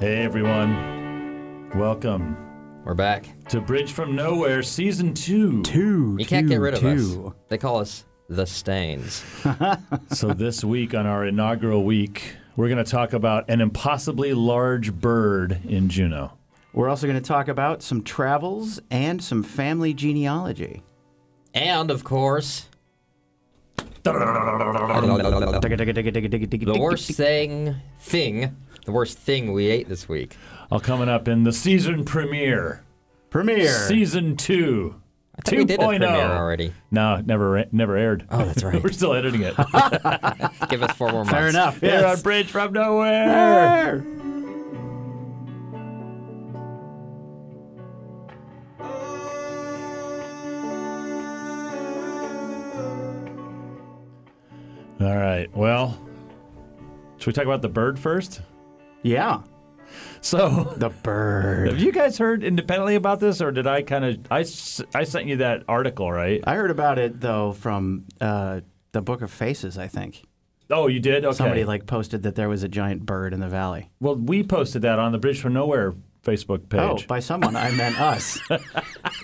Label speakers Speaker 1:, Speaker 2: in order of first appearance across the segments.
Speaker 1: Hey everyone, welcome
Speaker 2: We're back.
Speaker 1: to Bridge from Nowhere Season 2.
Speaker 3: Two.
Speaker 2: You can't
Speaker 3: two,
Speaker 2: get rid of
Speaker 3: two.
Speaker 2: us. They call us the Stains.
Speaker 1: so this week on our inaugural week, we're going to talk about an impossibly large bird in Juneau.
Speaker 3: We're also going to talk about some travels and some family genealogy.
Speaker 2: and of course, the
Speaker 3: The
Speaker 2: worst thing thing, the worst thing we ate this week.
Speaker 1: All coming up in the season premiere,
Speaker 3: premiere.
Speaker 1: Season 2.
Speaker 2: I think we did a
Speaker 3: oh.
Speaker 2: premiere already.
Speaker 1: oh. No, never never aired.
Speaker 2: Oh, that's right.
Speaker 1: we're still editing it.
Speaker 2: Give us four more months.
Speaker 3: Fair enough.
Speaker 1: Here on
Speaker 3: Yes.
Speaker 1: Bridge from Nowhere.
Speaker 3: Fair.
Speaker 1: All right. Well, should we talk about the bird first?
Speaker 3: Yeah.
Speaker 1: So,
Speaker 3: The bird.
Speaker 1: have you guys heard independently about this, or did I kind of I, s- I sent you that article, right?
Speaker 3: I heard about it though from uh, the Book of Faces. I think
Speaker 1: Oh, you did. Okay.
Speaker 3: somebody like posted that there was a giant bird in the valley.
Speaker 1: well, we posted that on the Bridge from Nowhere Facebook
Speaker 3: Oh,
Speaker 1: page.
Speaker 3: by someone I meant us.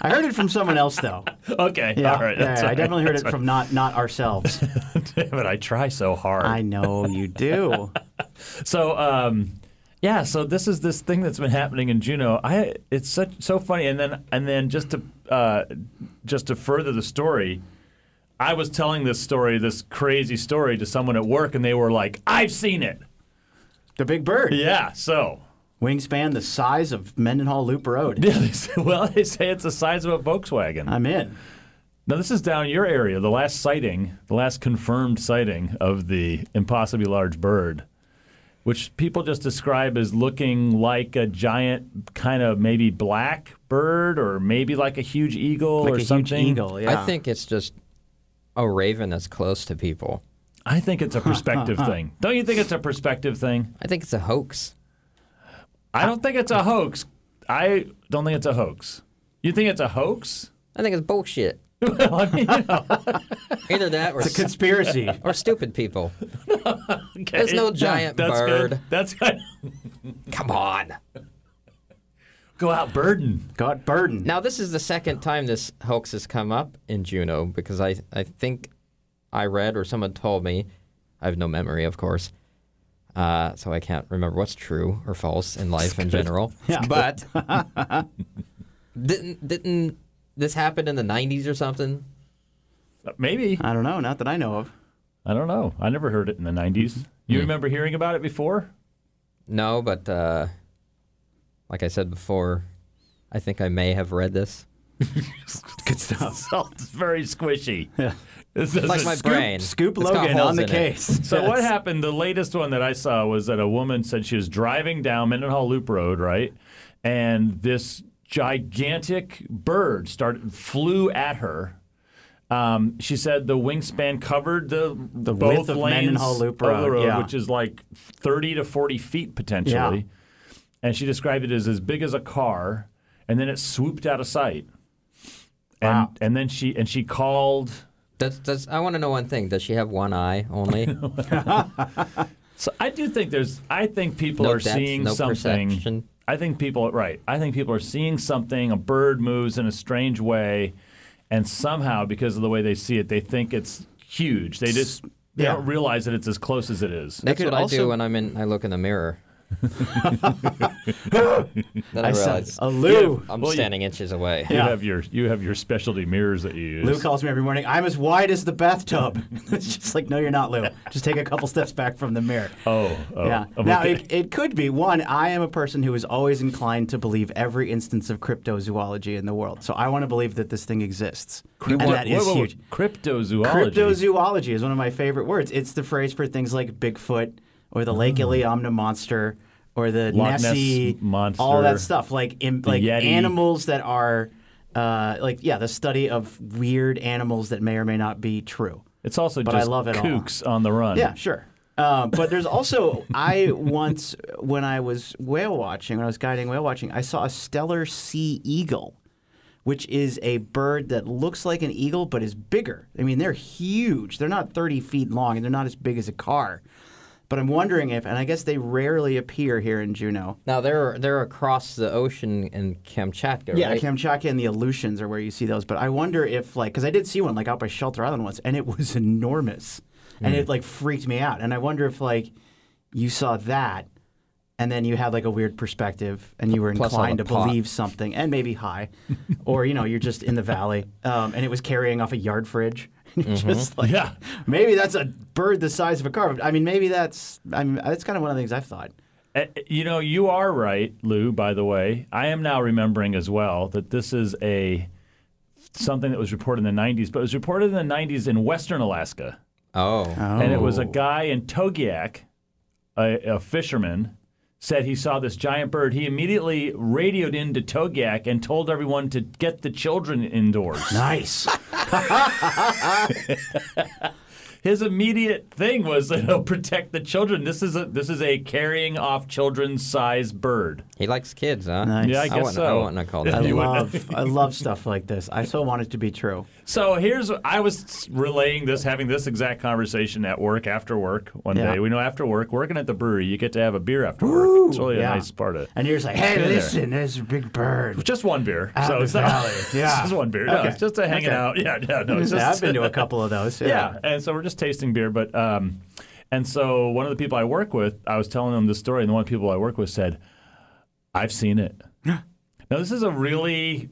Speaker 3: I heard it from someone else though.
Speaker 1: okay.
Speaker 3: Yeah,
Speaker 1: all right.
Speaker 3: yeah,
Speaker 1: That's
Speaker 3: I
Speaker 1: all right.
Speaker 3: definitely heard it
Speaker 1: That's
Speaker 3: from not not ourselves.
Speaker 1: all right. Damn it! I try so hard.
Speaker 3: I know you do.
Speaker 1: So, um, yeah. So this is this thing that's been happening in Juneau. I it's such so funny. And then and then just to uh, just to further the story, I was telling this story, this crazy story, to someone at work, and they were like, "I've seen it."
Speaker 3: The big bird.
Speaker 1: Yeah. So.
Speaker 3: Wingspan the size of Mendenhall Loop Road.
Speaker 1: Yeah, they say, well, they say it's the size of a Volkswagen.
Speaker 3: I'm in.
Speaker 1: Now, this is down your area. The last sighting, the last confirmed sighting of the impossibly large bird, which people just describe as looking like a giant, kind of maybe black bird, or maybe like a huge eagle
Speaker 3: Like
Speaker 1: or
Speaker 3: a
Speaker 1: something.
Speaker 3: huge eagle. Yeah.
Speaker 2: I think it's just a raven that's close to people.
Speaker 1: I think it's a perspective thing. Don't you think it's a perspective thing?
Speaker 2: I think it's a hoax.
Speaker 1: I don't think it's a hoax. I don't think it's a hoax. You think it's a hoax?
Speaker 2: I think it's bullshit.
Speaker 1: Well, I mean,
Speaker 2: Either that or,
Speaker 3: It's a conspiracy.
Speaker 2: or stupid people.
Speaker 1: okay.
Speaker 2: There's no giant
Speaker 1: That's
Speaker 2: bird.
Speaker 1: Good. That's good.
Speaker 2: Come on.
Speaker 1: Go out birding.
Speaker 3: Got burden.
Speaker 2: Now, this is the second time this hoax has come up in Juneau because I, I think I read or someone told me. I have no memory, of course, uh, so I can't remember what's true or false in life in general.
Speaker 3: Yeah.
Speaker 2: But didn't didn't this happen in the '90s or something?
Speaker 1: Maybe.
Speaker 3: I don't know. Not that I know of.
Speaker 1: I don't know. I never heard it in the 90s.
Speaker 2: Hmm.
Speaker 1: You remember hearing about it before?
Speaker 2: No, but uh, like I said before, I think I may have read this.
Speaker 3: Good stuff.
Speaker 1: It's very squishy.
Speaker 3: Yeah.
Speaker 1: This
Speaker 2: It's
Speaker 1: is
Speaker 2: like
Speaker 1: a
Speaker 2: my
Speaker 1: scoop.
Speaker 2: brain.
Speaker 3: Scoop
Speaker 2: It's got
Speaker 3: Logan
Speaker 2: holes
Speaker 3: on the
Speaker 2: in it.
Speaker 3: case.
Speaker 1: So what happened? The latest one that I saw was that a woman said she was driving down Mendenhall Loop Road, right, and this gigantic bird started flew at her. Um, she said the wingspan covered the, the both
Speaker 3: width of
Speaker 1: lanes
Speaker 3: Mendenhall Loop
Speaker 1: of the
Speaker 3: Road,
Speaker 1: road,
Speaker 3: yeah.
Speaker 1: which is like thirty to forty feet potentially. And she described it as as big as a car, and then it swooped out of sight. And
Speaker 3: Wow.
Speaker 1: and then she and she called.
Speaker 2: Does, does I want to know one thing? Does she have one eye only?
Speaker 1: So I do think there's. I think people
Speaker 2: No
Speaker 1: are
Speaker 2: depth,
Speaker 1: seeing
Speaker 2: no
Speaker 1: something.
Speaker 2: perception.
Speaker 1: I think people. Right. I think people are seeing something. A bird moves in a strange way, and somehow, because of the way they see it, they think it's huge. They just they
Speaker 3: Yeah.
Speaker 1: don't realize that it's as close as it is.
Speaker 2: That's
Speaker 3: could
Speaker 2: what I
Speaker 3: also-
Speaker 2: do when I'm in. I look in the mirror. then I,
Speaker 3: I said, uh,
Speaker 2: realize
Speaker 3: a Lou.
Speaker 2: I'm
Speaker 1: Well, you-
Speaker 2: standing inches away.
Speaker 1: You
Speaker 3: Yeah.
Speaker 1: have your you have your specialty mirrors that you use.
Speaker 3: Lou calls me every morning. I'm as wide as the bathtub. it's just like, no, you're not, Lou. Just take a couple steps back from the mirror.
Speaker 1: oh, oh,
Speaker 3: yeah.
Speaker 1: I'm
Speaker 3: Now,
Speaker 1: okay.
Speaker 3: it, it could be one. I am a person who is always inclined to believe every instance of cryptozoology in the world. So I want to believe that this thing exists, and that
Speaker 1: Whoa,
Speaker 3: is
Speaker 1: whoa, whoa.
Speaker 3: huge.
Speaker 1: Cryptozoology.
Speaker 3: Cryptozoology is one of my favorite words. It's the phrase for things like Bigfoot or the Lake Iliamna monster or the
Speaker 1: Hmm. Loch Ness
Speaker 3: Nessie
Speaker 1: monster.
Speaker 3: all that stuff. Like in, like
Speaker 1: Yeti.
Speaker 3: animals that are uh, like yeah, the study of weird animals that may or may not be true.
Speaker 1: it's also
Speaker 3: But I
Speaker 1: just
Speaker 3: love it all.
Speaker 1: kooks on the run.
Speaker 3: Yeah, sure. Uh, but there's also I once when I was whale watching, when I was guiding whale watching, I saw a stellar sea eagle, which is a bird that looks like an eagle but is bigger. I mean, they're huge. They're not 30 feet long, and they're not as big as a car. But I'm wondering if, and I guess they rarely appear here in Juneau.
Speaker 2: Now they're they're across the ocean in Kamchatka,
Speaker 3: Yeah,
Speaker 2: right?
Speaker 3: Kamchatka and the Aleutians are where you see those. But I wonder if, like, because I did see one like out by Shelter Island once, and it was enormous, and it like freaked me out. And I wonder if like you saw that, and then you had like a weird perspective, and you were
Speaker 2: Plus all the
Speaker 3: inclined to
Speaker 2: pot.
Speaker 3: believe something, and maybe high, or you know you're just in the valley, um, and it was carrying off a yard fridge. And you're just like,
Speaker 1: Yeah.
Speaker 3: maybe that's a bird the size of a car. I mean, maybe that's. I mean, that's kind of one of the things I've thought.
Speaker 1: Uh, You know, you are right, Lou. By the way, I am now remembering as well that this is a something that was reported in the '90s, but it was reported in the '90s in Western Alaska,
Speaker 2: oh.
Speaker 1: and it was a guy in Togiak, a, a fisherman, said he saw this giant bird. He immediately radioed into Togiak and told everyone to get the children indoors.
Speaker 3: Nice.
Speaker 1: His immediate thing was you know, protect the children. This is a this is a carrying off children size bird.
Speaker 2: He likes kids, huh?
Speaker 3: Nice.
Speaker 1: Yeah, I
Speaker 2: I,
Speaker 1: guess
Speaker 2: wouldn't, I
Speaker 1: so.
Speaker 2: wouldn't have called
Speaker 3: I
Speaker 2: that.
Speaker 1: You would-
Speaker 3: love I love stuff like this. I so want it to be true.
Speaker 1: So here's I was relaying this, having this exact conversation at work after work one
Speaker 3: Yeah.
Speaker 1: day. We know after work, working at the brewery, you get to have a beer after work. it's really
Speaker 3: yeah.
Speaker 1: a nice part of it.
Speaker 3: And you're just like, hey,
Speaker 1: there.
Speaker 3: listen, there's a big bird.
Speaker 1: Just one beer.
Speaker 3: Out
Speaker 1: so
Speaker 3: in
Speaker 1: it's
Speaker 3: the
Speaker 1: not
Speaker 3: valley. Yeah.
Speaker 1: it's just one beer. No,
Speaker 3: Okay.
Speaker 1: it's just a hanging
Speaker 3: Okay.
Speaker 1: out. Yeah, yeah, no, it's just
Speaker 3: Yeah, I've been to a couple of those. Yeah.
Speaker 1: yeah. And so we're just tasting beer, but um, and so one of the people I work with, I was telling them this story, and one of the people I work with said, "I've seen it." now this is a really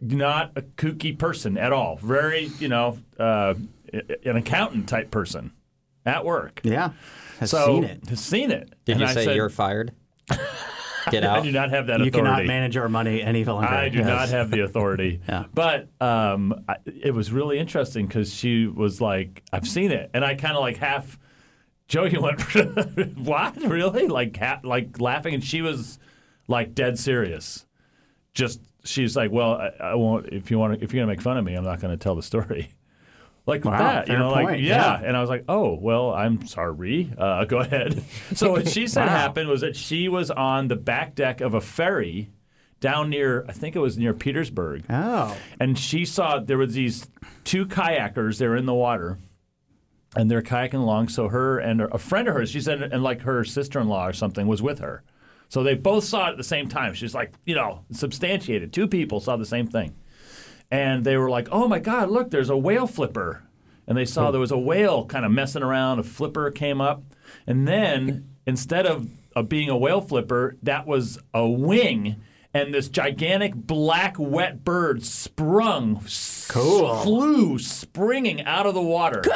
Speaker 1: not a kooky person at all. Very, you know, uh, an accountant type person at work.
Speaker 3: Yeah. I've
Speaker 1: so
Speaker 3: seen it.
Speaker 1: Has seen it.
Speaker 2: Did
Speaker 1: and
Speaker 2: you
Speaker 1: I
Speaker 2: say
Speaker 1: said,
Speaker 2: you're fired? Get
Speaker 1: I
Speaker 2: out.
Speaker 1: do not have that
Speaker 3: You
Speaker 1: authority.
Speaker 3: cannot manage our money any longer.
Speaker 1: I do
Speaker 3: Yes.
Speaker 1: not have the authority.
Speaker 3: Yeah.
Speaker 1: But um, I, it was really interesting because she was like, I've seen it. And I kind of like half joking went, What? Really? Like, ha- like laughing. And she was like dead serious. Just, she's like, Well, I, I won't, if you want to, if you're going to make fun of me, I'm not going to tell the story. Like
Speaker 3: Wow,
Speaker 1: that, you
Speaker 3: fair
Speaker 1: know, like
Speaker 3: point,
Speaker 1: yeah. and I was like, "Oh, well, I'm sorry. Uh, go ahead." So what she said happened was that she was on the back deck of a ferry down near, I think it was near Petersburg,
Speaker 3: Oh.
Speaker 1: and she saw there was these two kayakers. They were in the water, and they're kayaking along. So her and her, a friend of hers, she said, and like her sister-in-law or something was with her. So they both saw it at the same time. She's like, you know, substantiated. Two people saw the same thing, and they were like, "Oh my God, look! There's a whale flipper," and they
Speaker 3: Hmm.
Speaker 1: saw there was a whale kind of messing around. A flipper came up, and then instead of of being a whale flipper, that was a wing. And this gigantic black wet bird sprung, cool. flew springing out of the water. She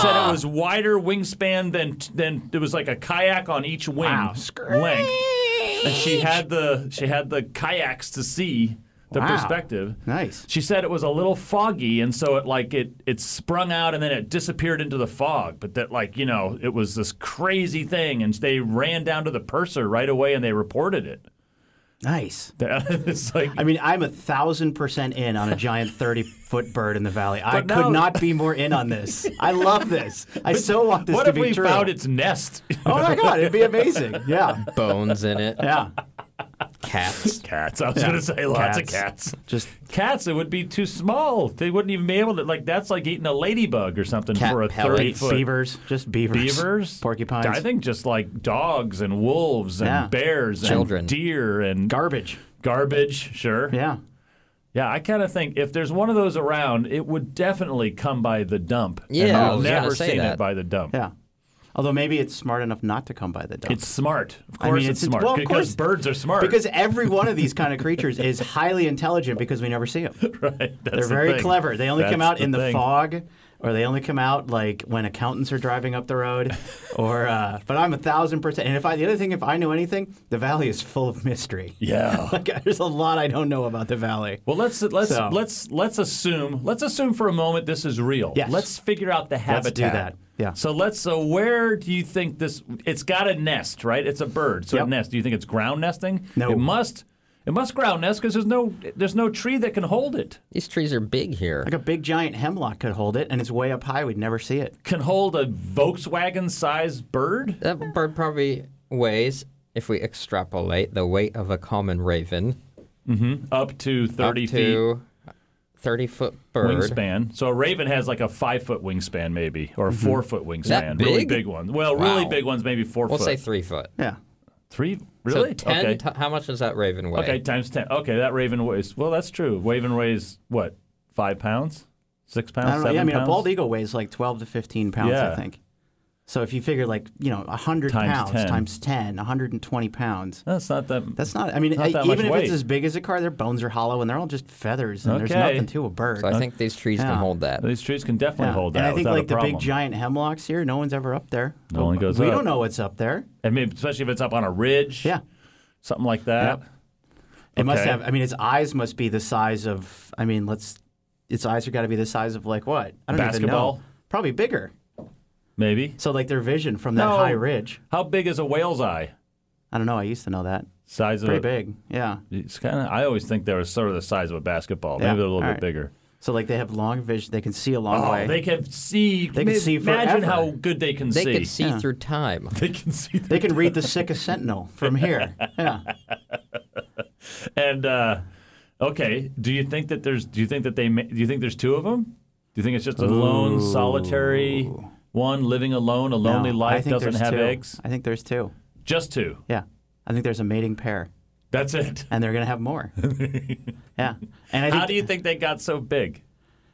Speaker 1: said it was wider wingspan than than it was like a kayak on each wing
Speaker 3: Wow.
Speaker 1: length. And she had the she had the kayaks to see the
Speaker 3: Wow.
Speaker 1: perspective.
Speaker 3: Nice.
Speaker 1: She said it was a little foggy, and so it like it it sprung out and then it disappeared into the fog. But that like you know it was this crazy thing, and they ran down to the purser right away and they reported it.
Speaker 3: Nice.
Speaker 1: it's like
Speaker 3: I mean, I'm a thousand percent in on a giant 30 foot bird in the valley. I
Speaker 1: But now-
Speaker 3: could not be more in on this. I love this. I so want this
Speaker 1: what
Speaker 3: to
Speaker 1: if
Speaker 3: be
Speaker 1: we
Speaker 3: true.
Speaker 1: found its nest?
Speaker 3: Oh my God, it'd be amazing. Yeah.
Speaker 2: Bones in it.
Speaker 3: Yeah.
Speaker 2: Cats.
Speaker 1: cats. I was gonna say lots of
Speaker 3: Cats.
Speaker 1: cats.
Speaker 3: Just
Speaker 1: Cats, it would be too small. They wouldn't even be able to. Like that's like eating a ladybug or something
Speaker 2: Cat
Speaker 1: for a
Speaker 2: pellets.
Speaker 1: thirty foot.
Speaker 3: beavers. Just beavers.
Speaker 1: Beavers,
Speaker 3: Porcupines.
Speaker 1: I think just like dogs and wolves and
Speaker 3: Yeah.
Speaker 1: bears
Speaker 2: Children.
Speaker 1: and deer and
Speaker 3: Garbage.
Speaker 1: garbage. Sure.
Speaker 3: Yeah.
Speaker 1: Yeah, I kind of think if there's one of those around, it would definitely come by the dump. And
Speaker 2: Yeah, I
Speaker 1: I've
Speaker 2: was gonna
Speaker 1: never
Speaker 2: say
Speaker 1: seen it
Speaker 2: that.
Speaker 1: by the dump.
Speaker 3: Yeah. Although maybe it's smart enough not to come by the dump.
Speaker 1: It's smart. Of
Speaker 3: I
Speaker 1: course,
Speaker 3: mean,
Speaker 1: it's,
Speaker 3: it's-
Speaker 1: smart
Speaker 3: well, of
Speaker 1: because
Speaker 3: course.
Speaker 1: birds are smart.
Speaker 3: because every one of these kind of creatures is highly intelligent because we never see them.
Speaker 1: right? That's
Speaker 3: They're
Speaker 1: the
Speaker 3: very
Speaker 1: thing.
Speaker 3: clever. They only come
Speaker 1: That's
Speaker 3: out in the
Speaker 1: thing.
Speaker 3: fog, or they only come out like when accountants are driving up the road. or, uh, but I'm a thousand percent. And if I, the other thing, if I knew anything, the valley is full of mystery.
Speaker 1: Yeah.
Speaker 3: Like, there's a lot I don't know about the valley.
Speaker 1: Well, let's let's
Speaker 3: So-
Speaker 1: let's let's assume let's assume for a moment this is real.
Speaker 3: Yes.
Speaker 1: Let's figure out the habitat.
Speaker 3: Let's do that. Yeah.
Speaker 1: So let's. So where do you think this? It's got a nest, right? It's a bird, so
Speaker 3: Yep.
Speaker 1: a nest. Do you think it's ground nesting?
Speaker 3: No.
Speaker 1: It must. It must ground nest because there's no there's no tree that can hold it.
Speaker 2: These trees are big here.
Speaker 3: Like a big giant hemlock could hold it, and it's way up high. We'd never see it.
Speaker 1: Can hold a Volkswagen sized bird.
Speaker 2: That bird probably weighs, if we extrapolate, the weight of a common raven
Speaker 1: Up to
Speaker 2: up
Speaker 1: thirty feet.
Speaker 2: to thirty foot bird.
Speaker 1: wingspan. So a raven has like a five foot wingspan, maybe, or a four foot wingspan. Really
Speaker 2: Mm-hmm. big?
Speaker 1: big ones. Well, really
Speaker 2: Wow.
Speaker 1: big ones, maybe 4
Speaker 2: We'll
Speaker 1: foot.
Speaker 2: say three foot.
Speaker 3: Yeah.
Speaker 1: three.
Speaker 2: So
Speaker 1: Really?
Speaker 2: ten.
Speaker 1: okay.
Speaker 2: T- how much does that raven weigh?
Speaker 1: okay, times ten. Okay, that raven weighs. Well, that's true. Raven weighs what? Five pounds, six pounds,
Speaker 3: I don't know.
Speaker 1: seven
Speaker 3: Yeah, I mean,
Speaker 1: pounds.
Speaker 3: a bald eagle weighs like 12 to 15 pounds,
Speaker 1: Yeah.
Speaker 3: I think. So if you figure like, you know, 100
Speaker 1: Times
Speaker 3: pounds
Speaker 1: 10.
Speaker 3: times 10, 120 pounds.
Speaker 1: That's not that.
Speaker 3: That's not, I mean,
Speaker 1: Not
Speaker 3: I-
Speaker 1: that much
Speaker 3: even if
Speaker 1: weight.
Speaker 3: it's as big as a car, their bones are hollow and they're all just feathers and there's
Speaker 1: Okay.
Speaker 3: nothing to a bird.
Speaker 2: So I think these trees can
Speaker 3: Uh, Yeah.
Speaker 2: hold that.
Speaker 1: These trees can definitely
Speaker 3: Yeah.
Speaker 1: hold that
Speaker 3: and I think
Speaker 1: without
Speaker 3: like
Speaker 1: a
Speaker 3: the
Speaker 1: problem.
Speaker 3: big giant hemlocks here, no one's ever up there.
Speaker 1: No one goes
Speaker 3: we
Speaker 1: up.
Speaker 3: don't know what's up there.
Speaker 1: I mean, especially if it's up on a ridge.
Speaker 3: Yeah.
Speaker 1: Something like that.
Speaker 3: Yep. It must
Speaker 1: Okay.
Speaker 3: have. I mean, its eyes must be the size of. I mean, let's. Its eyes are got to be the size of like what? I don't
Speaker 1: Basketball?
Speaker 3: even know. Probably bigger.
Speaker 1: Maybe.
Speaker 3: So like their vision from that
Speaker 1: No.
Speaker 3: high ridge.
Speaker 1: How big is a whale's eye?
Speaker 3: I don't know. I used to know that.
Speaker 1: Size of
Speaker 3: Pretty
Speaker 1: a,
Speaker 3: big. Yeah.
Speaker 1: It's kind of. I always think they're sort of the size of a basketball.
Speaker 3: Yeah.
Speaker 1: Maybe they're a little
Speaker 3: All
Speaker 1: bit
Speaker 3: right.
Speaker 1: bigger.
Speaker 3: So like they have long vision. They can see a long
Speaker 1: Oh,
Speaker 3: way.
Speaker 1: they can see.
Speaker 3: They can
Speaker 1: ma-
Speaker 3: see
Speaker 1: Imagine
Speaker 3: forever.
Speaker 1: how good they can
Speaker 2: They
Speaker 1: see.
Speaker 2: could see
Speaker 3: Yeah.
Speaker 2: through time.
Speaker 1: They can see.
Speaker 3: They can read the sickest sentinel from here. Yeah.
Speaker 1: And uh, okay, do you think that there's? Do you think that they? ma- Do you think there's two of them? Do you think it's just a lone, solitary one living alone, a lonely
Speaker 3: No, I
Speaker 1: life,
Speaker 3: think
Speaker 1: doesn't
Speaker 3: there's
Speaker 1: have
Speaker 3: two.
Speaker 1: eggs?
Speaker 3: I think there's two.
Speaker 1: Just two.
Speaker 3: Yeah. I think there's a mating pair,
Speaker 1: That's it.
Speaker 3: and they're gonna have more. yeah. And I think
Speaker 1: How do you think they got so big?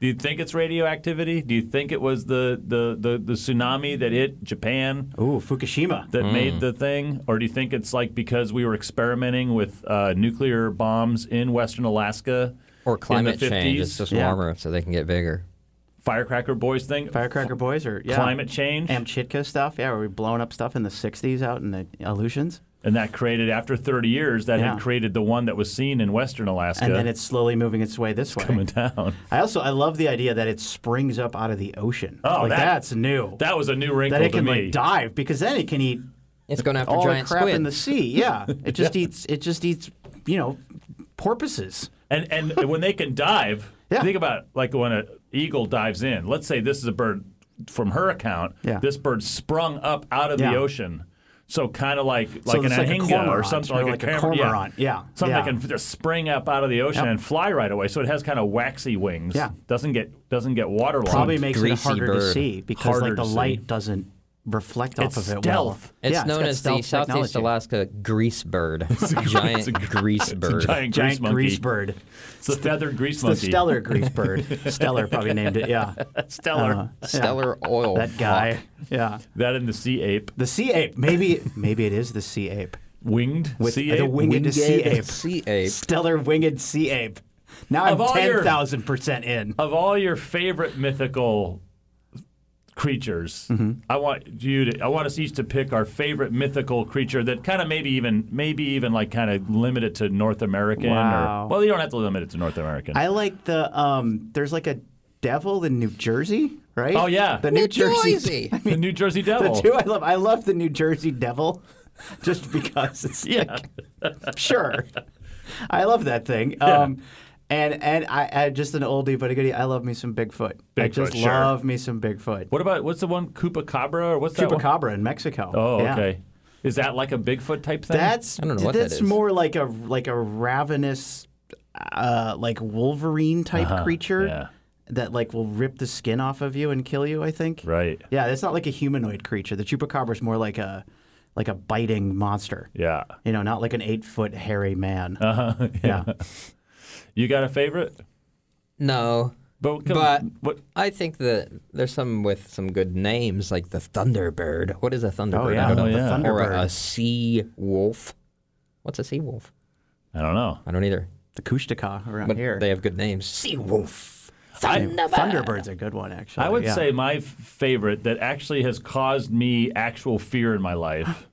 Speaker 1: Do you think it's radioactivity? Do you think it was the the, the, the tsunami that hit Japan
Speaker 3: Ooh, Fukushima.
Speaker 1: that made the thing, or do you think it's like because we were experimenting with uh, nuclear bombs in Western Alaska
Speaker 2: Or climate
Speaker 1: in the 50s,
Speaker 2: change. It's just
Speaker 3: Yeah.
Speaker 2: warmer, so they can get bigger.
Speaker 1: firecracker boys thing,
Speaker 3: Firecracker Boys or yeah.
Speaker 1: climate change,
Speaker 3: Amchitka stuff. Yeah, were we blowing up stuff in the 60s out in the Aleutians?
Speaker 1: and that created after 30 years that
Speaker 3: Yeah.
Speaker 1: had created the one that was seen in Western Alaska
Speaker 3: And then it's slowly moving its way this way.
Speaker 1: coming down.
Speaker 3: I also I love the idea that it springs up out of the ocean.
Speaker 1: Oh,
Speaker 3: like,
Speaker 1: that-
Speaker 3: that's new.
Speaker 1: That was a new wrinkle
Speaker 3: that it can
Speaker 1: to me.
Speaker 3: like dive because then it can eat
Speaker 2: It's going after
Speaker 3: all the
Speaker 2: giant
Speaker 3: crap
Speaker 2: squid.
Speaker 3: in the sea. Yeah, it just eats. It just eats. You know, porpoises.
Speaker 1: And and when they can dive,
Speaker 3: Yeah.
Speaker 1: think about like when an eagle dives in. Let's say this is a bird from her account.
Speaker 3: Yeah.
Speaker 1: This bird sprung up out of the
Speaker 3: Yeah.
Speaker 1: ocean. So kind of like like
Speaker 3: so
Speaker 1: an
Speaker 3: it's like a
Speaker 1: ahinga
Speaker 3: cormorant,
Speaker 1: or something
Speaker 3: or
Speaker 1: like,
Speaker 3: like a
Speaker 1: a, cam-
Speaker 3: cormorant. Yeah.
Speaker 1: Something
Speaker 3: Yeah.
Speaker 1: that can just spring up out of the ocean
Speaker 3: Yep.
Speaker 1: and fly right away. So it has kind of waxy wings.
Speaker 3: Yeah.
Speaker 1: Doesn't get doesn't get waterlogged.
Speaker 3: Probably makes it
Speaker 2: greasy
Speaker 3: harder to
Speaker 2: bird.
Speaker 3: see because
Speaker 1: Harder
Speaker 3: like the
Speaker 1: to see.
Speaker 3: light doesn't reflect
Speaker 1: It's
Speaker 3: off of it
Speaker 1: stealth.
Speaker 3: well.
Speaker 2: It's
Speaker 3: Yeah,
Speaker 2: known
Speaker 3: got
Speaker 2: as the
Speaker 3: stealth
Speaker 2: Southeast
Speaker 3: technology.
Speaker 2: Alaska grease bird. giant grease bird.
Speaker 1: Giant,
Speaker 3: Giant
Speaker 1: grease monkey.
Speaker 3: grease bird.
Speaker 1: It's a feathered grease
Speaker 3: The
Speaker 1: monkey.
Speaker 3: stellar grease bird. Stellar probably named it. Yeah.
Speaker 1: Stellar.
Speaker 3: Uh, yeah.
Speaker 2: Stellar oil.
Speaker 3: That guy. Yeah.
Speaker 1: That and the sea ape.
Speaker 3: The sea ape. Maybe maybe it is the sea ape.
Speaker 1: Winged
Speaker 3: With
Speaker 1: sea
Speaker 3: the
Speaker 1: ape.
Speaker 3: wing- Winged sea ape.
Speaker 2: Sea ape.
Speaker 3: Stellar winged sea ape. Now I'm
Speaker 1: Of all your-
Speaker 3: ten thousand percent in.
Speaker 1: of all your favorite mythical creatures,
Speaker 3: Mm-hmm.
Speaker 1: I want you to I want us each to pick our favorite mythical creature that kind of maybe even maybe even like kind of limit it to North American
Speaker 3: Wow.
Speaker 1: or well you don't have to limit it to North American.
Speaker 3: I like the um there's like a devil in New Jersey, right?
Speaker 1: Oh, yeah. Oh.
Speaker 3: The New,
Speaker 2: New
Speaker 3: Jersey.
Speaker 2: Jersey.
Speaker 1: the New Jersey
Speaker 3: The
Speaker 1: Devil.
Speaker 3: two I love I love the New Jersey devil just because it's
Speaker 1: yeah.
Speaker 3: sure. I love that thing. Um, and and I, I just an oldie but a goodie. I love me some Bigfoot. I
Speaker 1: Bigfoot,
Speaker 3: just
Speaker 1: sure.
Speaker 3: love me some Bigfoot.
Speaker 1: What about what's the one Chupacabra or what's that one?
Speaker 3: Chupacabra in Mexico.
Speaker 1: Oh,
Speaker 3: Yeah.
Speaker 1: okay. Is that like a Bigfoot type thing?
Speaker 3: That's
Speaker 2: I don't know what that
Speaker 3: that's
Speaker 2: is.
Speaker 3: more like a like a ravenous, uh, like Wolverine type
Speaker 2: Uh-huh.
Speaker 3: creature
Speaker 1: yeah.
Speaker 3: that like will rip the skin off of you and kill you. I think.
Speaker 1: right.
Speaker 3: Yeah, that's not like a humanoid creature. The chupacabra is more like a like a biting monster.
Speaker 1: Yeah.
Speaker 3: You know, not like an eight foot hairy man.
Speaker 1: Uh-huh.
Speaker 3: yeah.
Speaker 1: You got a favorite?
Speaker 2: No.
Speaker 1: But,
Speaker 2: But-
Speaker 1: what,
Speaker 2: I think that there's some with some good names, like the Thunderbird. What is a Thunderbird?
Speaker 3: yeah.
Speaker 2: I don't
Speaker 1: Oh,
Speaker 2: know.
Speaker 1: yeah.
Speaker 2: Or
Speaker 3: Thunderbird.
Speaker 2: a, a sea wolf. What's a sea wolf?
Speaker 1: I don't know.
Speaker 2: I don't either.
Speaker 3: the Kushtaka around
Speaker 2: But
Speaker 3: here.
Speaker 2: they have good names. Sea wolf.
Speaker 3: Thunderbird's, a good one, actually.
Speaker 1: I would
Speaker 3: yeah.
Speaker 1: say my f- favorite that actually has caused me actual fear in my life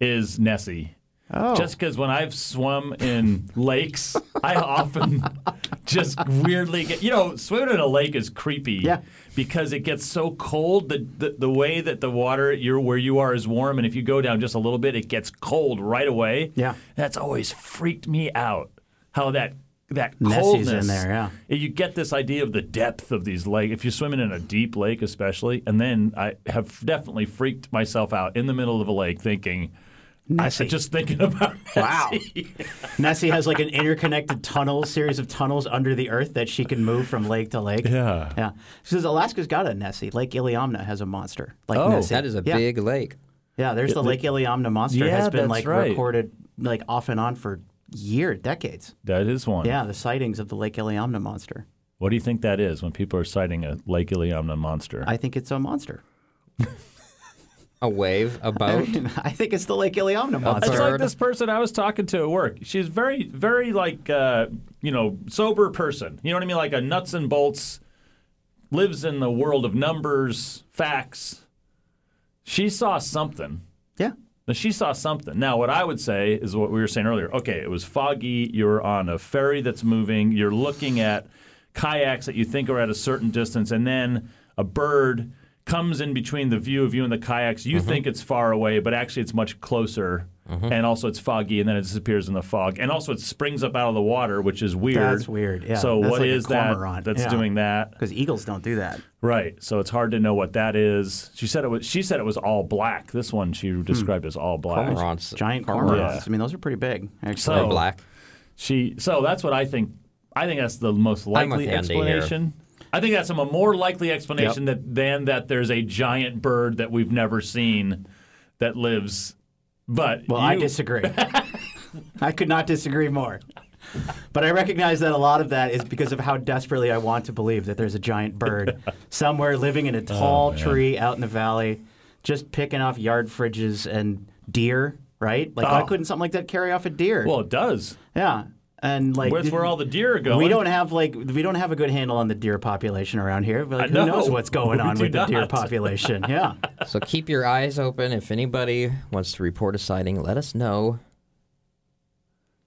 Speaker 1: is Nessie.
Speaker 3: Oh.
Speaker 1: Just because when I've swum in lakes, I often just weirdly get, you know, swimming in a lake is creepy
Speaker 3: Yeah.
Speaker 1: because it gets so cold. The, the, the way that the water you're, where you are is warm, and if you go down just a little bit, it gets cold right away.
Speaker 3: Yeah.
Speaker 1: That's always freaked me out how that. That
Speaker 3: Nessie's in
Speaker 1: coldness
Speaker 3: there, yeah.
Speaker 1: you get this idea of the depth of these lakes. If you're swimming in a deep lake, especially, and then I have definitely freaked myself out in the middle of a lake, thinking, I
Speaker 3: Nessie.
Speaker 1: just thinking about
Speaker 3: Wow.
Speaker 1: Nessie.
Speaker 3: Nessie has like an interconnected tunnel, series of tunnels under the earth that she can move from lake to lake.
Speaker 1: Yeah.
Speaker 3: Yeah. She says Alaska's got a Nessie. Lake Iliamna has a monster. Like
Speaker 1: Oh.
Speaker 3: Nessie.
Speaker 2: That is a
Speaker 3: yeah.
Speaker 2: big lake.
Speaker 3: Yeah, there's the Lake Iliamna monster
Speaker 1: Yeah,
Speaker 3: has
Speaker 1: that's
Speaker 3: been like
Speaker 1: right.
Speaker 3: recorded like off and on for year, decades.
Speaker 1: That is one.
Speaker 3: Yeah, the sightings of the Lake Iliamna monster.
Speaker 1: What do you think that is when people are citing a Lake Iliamna monster?
Speaker 3: I think it's a monster.
Speaker 2: A wave, a boat.
Speaker 3: I think it's the Lake Iliamna
Speaker 1: It's
Speaker 3: monster.
Speaker 2: sorry.
Speaker 1: like
Speaker 2: Bird.
Speaker 1: this person I was talking to at work. She's very, very like uh, you know sober person. You know what I mean? Like a nuts and bolts, lives in the world of numbers, facts. She saw something.
Speaker 3: Yeah.
Speaker 1: Now, she saw something. Now, what I would say is what we were saying earlier. Okay, it was foggy. You're on a ferry that's moving. You're looking at kayaks that you think are at a certain distance, and then a bird comes in between the view of you and the kayaks. You think it's far away, but actually it's much closer. And also it's foggy, and then it disappears in the fog. And also it springs up out of the water, which is weird.
Speaker 3: That's weird, yeah.
Speaker 1: So
Speaker 3: That's
Speaker 1: what
Speaker 3: like a
Speaker 1: is that
Speaker 3: cormorant,
Speaker 1: that's
Speaker 3: yeah.
Speaker 1: doing that?
Speaker 3: Because eagles don't do that.
Speaker 1: Right. So it's hard to know what that is. She said it was. She said it was all black. This one she described as all black.
Speaker 2: Cormorants.
Speaker 3: Giant
Speaker 2: Cormorants.
Speaker 3: cormorants. I mean, those are pretty big, actually.
Speaker 1: So-
Speaker 2: They're black.
Speaker 1: She. So that's what I think. I think that's the most
Speaker 2: I'm with
Speaker 1: likely
Speaker 2: Andy here.
Speaker 1: explanation. I think that's a more likely explanation that than that there's a giant bird that we've never seen that lives. But
Speaker 3: Well, I
Speaker 1: you-
Speaker 3: disagree. I could not disagree more. But I recognize that a lot of that is because of how desperately I want to believe that there's a giant bird somewhere living
Speaker 1: Oh,
Speaker 3: in a tall tree out in the valley, just picking off yard fridges and deer, right? Like, why
Speaker 1: Oh.
Speaker 3: couldn't something like that carry off a deer?
Speaker 1: Well, it does.
Speaker 3: yeah. And like,
Speaker 1: Where's where all the deer are going?
Speaker 3: we don't have like we don't have a good handle on the deer population around here. But like,
Speaker 1: I know.
Speaker 3: who knows what's
Speaker 1: We
Speaker 3: going on
Speaker 1: do
Speaker 3: with the deer
Speaker 1: not.
Speaker 3: population? Yeah,
Speaker 2: So keep your eyes open. If anybody wants to report a sighting, let us know.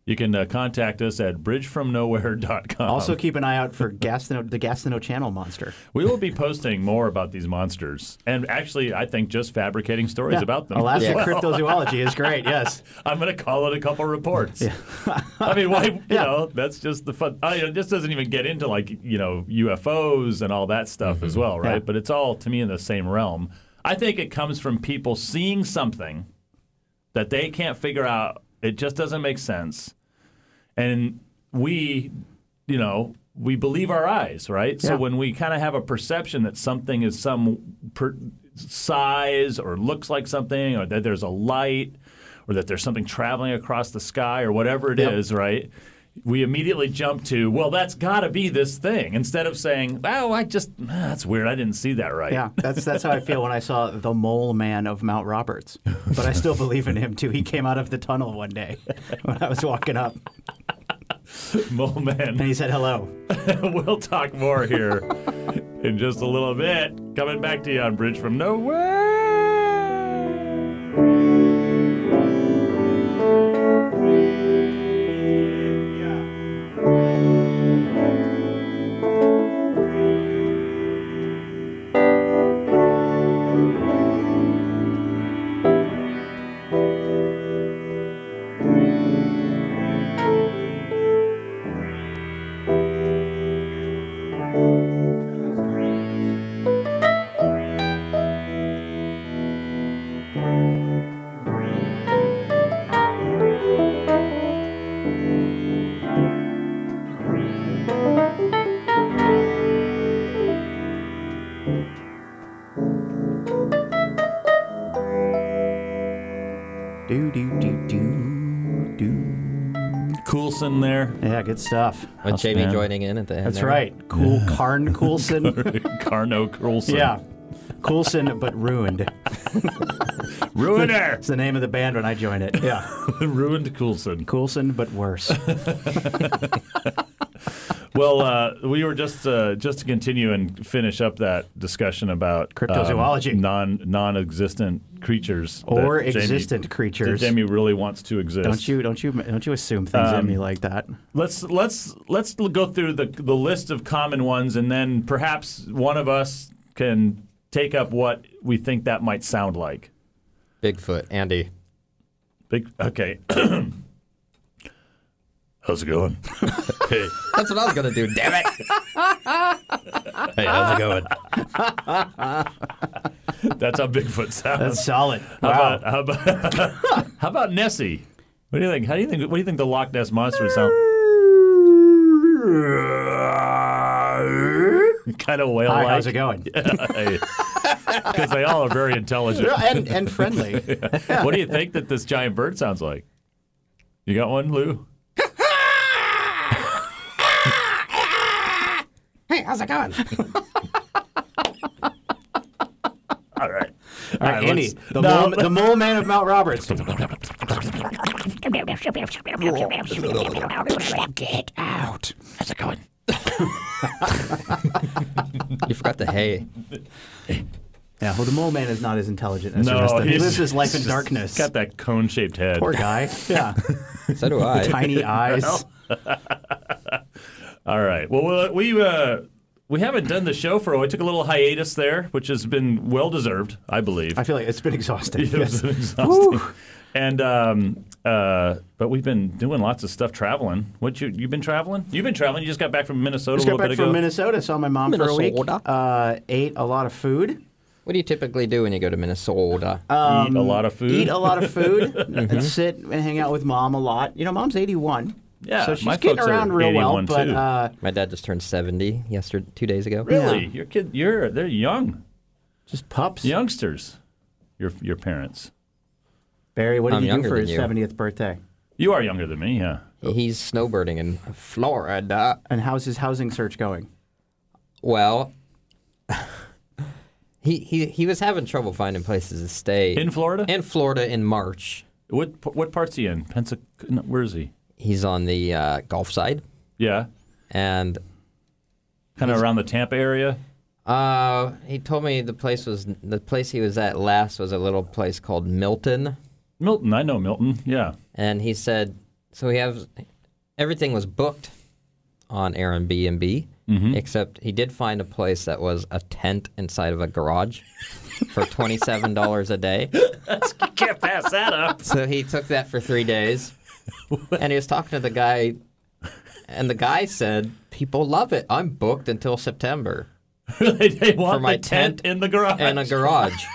Speaker 1: You can uh, contact us at bridgefromnowhere.com.
Speaker 3: Also, keep an eye out for Gastineau, the Gastineau Channel monster.
Speaker 1: we will be posting more about these monsters, and actually, I think just fabricating stories
Speaker 3: Yeah.
Speaker 1: about them.
Speaker 3: Alaska
Speaker 2: Yeah.
Speaker 3: cryptozoology is great. Yes.
Speaker 1: I'm going to call it a couple reports. I mean, why? You know, that's just the fun. I, it just doesn't even get into like you know UFOs and all that stuff as well, right?
Speaker 3: Yeah.
Speaker 1: But it's all to me in the same realm. I think it comes from people seeing something that they can't figure out. It just doesn't make sense, and we, you know. We believe our eyes, right? So
Speaker 3: Yeah.
Speaker 1: when we kind of have a perception that something is some per- size or looks like something, or that there's a light, or that there's something traveling across the sky or whatever it is,
Speaker 3: Yep.
Speaker 1: right? We immediately jump to, well, that's got to be this thing, instead of saying, oh, I just, ah, that's weird. I didn't see that right.
Speaker 3: Yeah. That's that's how I feel when I saw the mole man of Mount Roberts. But I still believe in him too. He came out of the tunnel one day when I was walking up
Speaker 1: Mole man.
Speaker 3: and he said hello.
Speaker 1: we'll talk more here in just a little bit. Coming back to you on Bridge from Nowhere.
Speaker 3: Do do do do do.
Speaker 1: Coulson there.
Speaker 3: Yeah, good stuff.
Speaker 2: With
Speaker 1: Us,
Speaker 2: Jamie
Speaker 1: man.
Speaker 2: joining in at the end.
Speaker 3: That's
Speaker 2: there.
Speaker 3: right. Cool Carn Coulson.
Speaker 1: Carno Coulson.
Speaker 3: yeah. Coulson but ruined.
Speaker 1: Ruiner.
Speaker 3: It's the name of the band when I joined it. Yeah.
Speaker 1: Ruined Coulson.
Speaker 3: Coulson but worse.
Speaker 1: Well, uh, we were just uh, just to continue and finish up that discussion about um,
Speaker 3: Cryptozoology.
Speaker 1: non non-existent creatures that
Speaker 3: Or
Speaker 1: Jamie-
Speaker 3: existent
Speaker 1: that
Speaker 3: creatures.
Speaker 1: Jamie really wants to exist.
Speaker 3: Don't you don't you don't you assume things at me like that.
Speaker 1: Let's let's let's l- go through the the list of common ones, and then perhaps one of us can take up what we think that might sound like.
Speaker 2: Bigfoot, Andy.
Speaker 1: Big, okay. How's it going? hey,
Speaker 2: That's what I was gonna do. Damn it!
Speaker 1: hey, how's it going? That's how Bigfoot sounds.
Speaker 3: That's solid.
Speaker 1: how
Speaker 3: Wow.
Speaker 1: about how about, how about Nessie? What do you think? How do you think? What do you think the Loch Ness monster would sound? kind of whale
Speaker 3: Hi,
Speaker 1: like.
Speaker 3: how's it going?
Speaker 1: Because they all are very intelligent.
Speaker 3: Yeah, and and friendly.
Speaker 1: What do you think that this giant bird sounds like? You got one, Lou?
Speaker 3: hey, how's it going?
Speaker 1: All right.
Speaker 3: All right, Andy,
Speaker 1: let's-
Speaker 3: the,
Speaker 1: no,
Speaker 3: mole, the mole man of Mount Roberts. Get out.
Speaker 1: How's it going?
Speaker 2: You forgot the hay.
Speaker 3: Yeah, well, the mole man is not as intelligent as the
Speaker 1: No,
Speaker 3: rest of them. He
Speaker 1: he's
Speaker 3: lives his life in
Speaker 1: just
Speaker 3: darkness.
Speaker 1: Got that cone-shaped head.
Speaker 3: Poor guy. Yeah.
Speaker 2: So do I.
Speaker 3: Tiny eyes.
Speaker 1: All right. Well, uh, we uh, we haven't done the show for a while. We took a little hiatus there, which has been well deserved, I believe.
Speaker 3: I feel like it's been exhausting.
Speaker 1: It was exhausting. And um, uh, but we've been doing lots of stuff traveling. What you you've been traveling? You've been traveling. You just got back from Minnesota
Speaker 3: Just
Speaker 1: a
Speaker 3: got
Speaker 1: little
Speaker 3: back
Speaker 1: bit
Speaker 3: from
Speaker 1: ago.
Speaker 3: Minnesota. Saw my mom for a
Speaker 2: Minnesota.
Speaker 3: week. Uh, ate a lot of food.
Speaker 2: What do you typically do when you go to Minnesota?
Speaker 1: Eat a lot of food. Mm-hmm.
Speaker 3: Eat a lot of food. and sit and hang out with mom a lot. You know, mom's 81.
Speaker 1: Yeah,
Speaker 3: So she's
Speaker 1: my
Speaker 3: getting
Speaker 1: folks are
Speaker 3: around real well.
Speaker 1: 81
Speaker 3: But
Speaker 1: too.
Speaker 3: uh,
Speaker 2: My dad just turned 70 yesterday, two days ago.
Speaker 1: really,
Speaker 3: yeah.
Speaker 1: your kid, you're they're young
Speaker 3: just pups.
Speaker 1: youngsters. Your your parents.
Speaker 3: Barry, what did
Speaker 2: I'm
Speaker 3: you do
Speaker 2: younger
Speaker 3: for
Speaker 2: than
Speaker 3: his
Speaker 2: you.
Speaker 3: 70th birthday?
Speaker 1: You are younger than me. Yeah.
Speaker 2: He's snowbirding in Florida.
Speaker 3: And how's his housing search going?
Speaker 2: Well, he, he he was having trouble finding places to stay
Speaker 1: In Florida?
Speaker 2: In Florida in March.
Speaker 1: What what part's he in? Pensacola. Where is he?
Speaker 2: He's on the uh, Gulf side,
Speaker 1: Yeah.
Speaker 2: and
Speaker 1: Kind of around the Tampa area.
Speaker 2: uh, he told me the place was the place he was at last was a little place called Milton,
Speaker 1: Milton. I know Milton. Yeah.
Speaker 2: and he said so he has everything was booked on Airbnb
Speaker 1: Mm-hmm.
Speaker 2: except he did find a place that was a tent inside of a garage for twenty seven dollars a day.
Speaker 1: Can't pass that up.
Speaker 2: So he took that for three days, and he was talking to the guy, and the guy said, "People love it. I'm booked until September
Speaker 1: they, they want
Speaker 2: my
Speaker 1: the tent,
Speaker 2: tent
Speaker 1: in the garage.
Speaker 2: in a garage.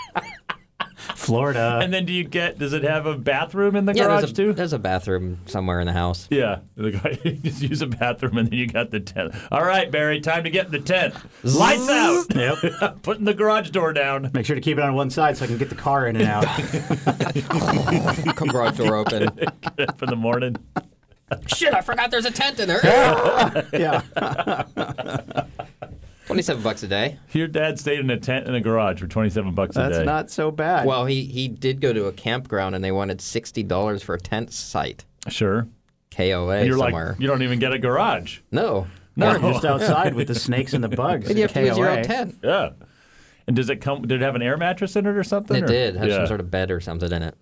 Speaker 3: Florida.
Speaker 1: And then do you get? Does it have a bathroom in the
Speaker 2: yeah,
Speaker 1: garage
Speaker 2: there's a,
Speaker 1: too?
Speaker 2: there's a bathroom somewhere in the house.
Speaker 1: Yeah, the guy you just use a bathroom and then you got the tent. All right, Barry, time to get in the tent. Lights out. Yep. Putting the garage door down.
Speaker 3: Make sure to keep it on one side so I can get the car in and out.
Speaker 2: garage door open.
Speaker 1: for the morning.
Speaker 2: Shit, I forgot there's a tent in there.
Speaker 3: yeah.
Speaker 2: Twenty-seven bucks a day.
Speaker 1: Your dad stayed in a tent in a garage for twenty-seven bucks a
Speaker 3: That's
Speaker 1: day.
Speaker 3: not so bad.
Speaker 2: Well, he he did go to a campground, and they wanted sixty dollars for a tent site.
Speaker 1: sure.
Speaker 2: KOA
Speaker 1: You're
Speaker 2: somewhere.
Speaker 1: like you don't even get a garage.
Speaker 2: no.
Speaker 1: No.
Speaker 3: Or just outside with the snakes and the bugs.
Speaker 2: You have to use your
Speaker 3: KOA.
Speaker 2: own tent.
Speaker 1: Yeah. And does it come? Did it have an air mattress in it or something?
Speaker 2: It
Speaker 1: or-
Speaker 2: did have
Speaker 1: yeah.
Speaker 2: some sort of bed or something in it.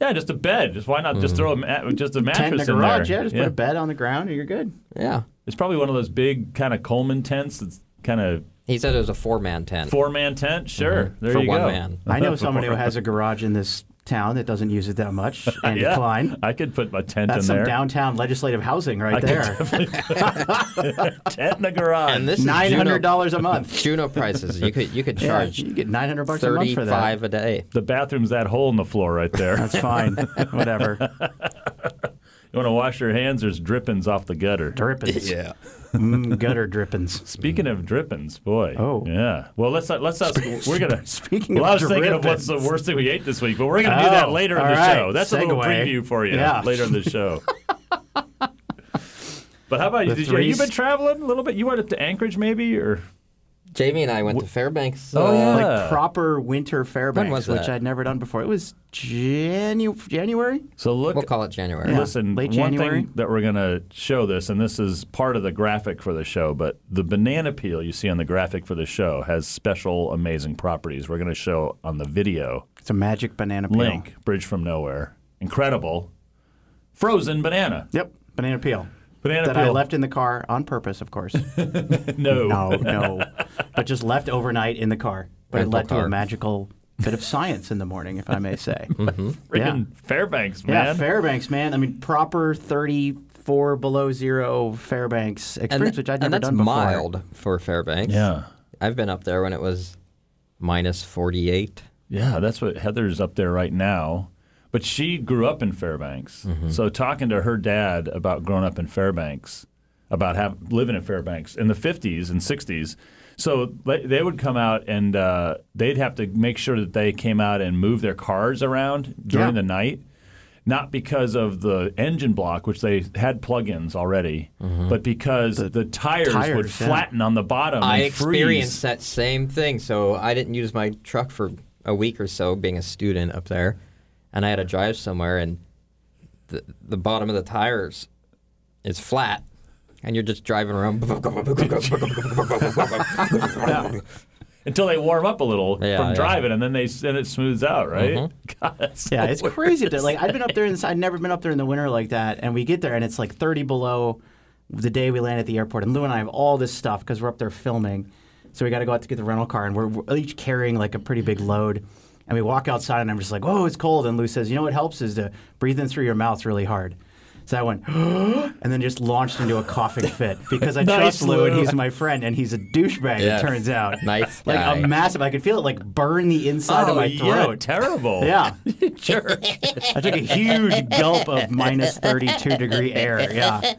Speaker 1: Yeah, just a bed. Just why not? Just throw a ma- just a mattress
Speaker 3: Tent in the
Speaker 1: there.
Speaker 3: garage. Yeah, just put a bed on the ground and you're good.
Speaker 2: Yeah.
Speaker 1: It's probably one of those big kind of Coleman tents. That's kind of
Speaker 2: He said it was a four-man tent.
Speaker 1: four-man tent. Sure, there
Speaker 2: For
Speaker 1: you
Speaker 2: one
Speaker 1: go.
Speaker 2: man.
Speaker 3: I know someone who has a garage in this town that doesn't use it that much, Andy
Speaker 1: Yeah,
Speaker 3: Klein.
Speaker 1: I could put my tent
Speaker 3: That's
Speaker 1: in
Speaker 3: some
Speaker 1: there.
Speaker 3: downtown legislative housing right there.
Speaker 1: tent in the garage.
Speaker 2: And this is
Speaker 3: Nine hundred
Speaker 2: Juno-
Speaker 3: dollars a month.
Speaker 2: Juno prices. You could you could
Speaker 3: Yeah,
Speaker 2: charge
Speaker 3: you get nine hundred bucks a month
Speaker 2: thirty
Speaker 3: for that.
Speaker 2: five a day.
Speaker 1: the bathroom's that hole in the floor right there.
Speaker 3: That's fine. Whatever.
Speaker 1: you want to wash your hands? There's drippings off the gutter.
Speaker 3: Drippings. Yeah. Mm, gutter drippings.
Speaker 1: Speaking of drippings, boy.
Speaker 3: Oh.
Speaker 1: yeah. Well, let's let's ask. We're gonna.
Speaker 3: Speaking
Speaker 1: Well,
Speaker 3: of
Speaker 1: I was thinking of what's the
Speaker 3: drippings.
Speaker 1: worst thing we ate this week, but we're gonna do that
Speaker 3: Oh,
Speaker 1: later in
Speaker 3: all
Speaker 1: the
Speaker 3: right.
Speaker 1: show. That's a little
Speaker 3: Segue.
Speaker 1: preview for you
Speaker 3: Yeah.
Speaker 1: later in the show. But how about you?
Speaker 3: The
Speaker 1: Did you? You've
Speaker 3: threes-
Speaker 1: been traveling a little bit. You went up to Anchorage, maybe, or
Speaker 2: Jamie and I went to Fairbanks. uh,
Speaker 1: Oh, yeah.
Speaker 3: Like proper winter Fairbanks,
Speaker 2: was
Speaker 3: which
Speaker 2: that?
Speaker 3: I'd never done before. It was Janu- January.
Speaker 1: so. Look,
Speaker 2: We'll call it January.
Speaker 1: Listen,
Speaker 3: late
Speaker 1: one
Speaker 3: January.
Speaker 1: thing that we're going to show this, and this is part of the graphic for the show, but the banana peel you see on the graphic for the show has special, amazing properties. We're going to show on the video
Speaker 3: It's a magic banana peel.
Speaker 1: link, Bridge from Nowhere. Incredible. Frozen banana.
Speaker 3: Yep, banana peel.
Speaker 1: Banana
Speaker 3: that
Speaker 1: peel.
Speaker 3: I left in the car on purpose, of course.
Speaker 1: No.
Speaker 3: no, no, but just left overnight in the car. But it
Speaker 2: Rental
Speaker 3: led to a
Speaker 2: car.
Speaker 3: magical bit of science in the morning, if I may say.
Speaker 2: Mm-hmm.
Speaker 1: Freaking Fairbanks, man.
Speaker 3: Yeah, Fairbanks, man. I mean, proper thirty-four below zero Fairbanks
Speaker 2: and,
Speaker 3: experience, which I'd
Speaker 2: and
Speaker 3: never
Speaker 2: that's
Speaker 3: done before.
Speaker 2: mild for Fairbanks.
Speaker 1: Yeah.
Speaker 2: I've been up there when it was minus 48.
Speaker 1: Yeah, that's what Heather's up there right now. But she grew up in Fairbanks. So talking to her dad about growing up in Fairbanks, about have, living in Fairbanks in the 50s and 60s. So they they would come out and uh, they'd have to make sure that they came out and moved their cars around during the
Speaker 3: Yeah.
Speaker 1: night, not because of the engine block, which they had plug-ins already, but because the, tires, would
Speaker 3: tires, yeah.
Speaker 1: flatten on the bottom.
Speaker 2: I
Speaker 1: and freeze.
Speaker 2: experienced that same thing. So I didn't use my truck for a week or so being a student up there. And I had to drive somewhere, and the, the bottom of the tires is flat. And you're just driving around.
Speaker 1: until they warm up a little
Speaker 2: Yeah,
Speaker 1: from
Speaker 2: yeah.
Speaker 1: driving, and then they then it smooths out, right? God, that's
Speaker 3: Mm-hmm. Yeah,
Speaker 1: so
Speaker 3: it's
Speaker 1: weird.
Speaker 3: crazy. That, like I've been up there in the, I've never been up there in the winter like that, and we get there and it's like 30 below the day we land at the airport. And Lou and I have all this stuff because we're up there filming, so we got to go out to get the rental car, and we're, we're each carrying like a pretty big load. And we walk outside, and I'm just like, "Whoa, it's cold." And Lou says, "You know what helps is to breathe in through your mouth really hard." So I went, and then just launched into a coughing fit because I
Speaker 1: Nice,
Speaker 3: trust Lou and
Speaker 1: Lou.
Speaker 3: he's my friend and he's a douchebag.
Speaker 2: Yeah.
Speaker 3: It turns out,
Speaker 2: Nice
Speaker 3: like
Speaker 2: guy.
Speaker 3: a massive. I could feel it like burn the inside
Speaker 1: Oh,
Speaker 3: of my
Speaker 1: yeah,
Speaker 3: throat.
Speaker 1: terrible.
Speaker 3: Yeah.
Speaker 1: Jerk.
Speaker 3: I took a huge gulp of minus 32 degree air. Yeah.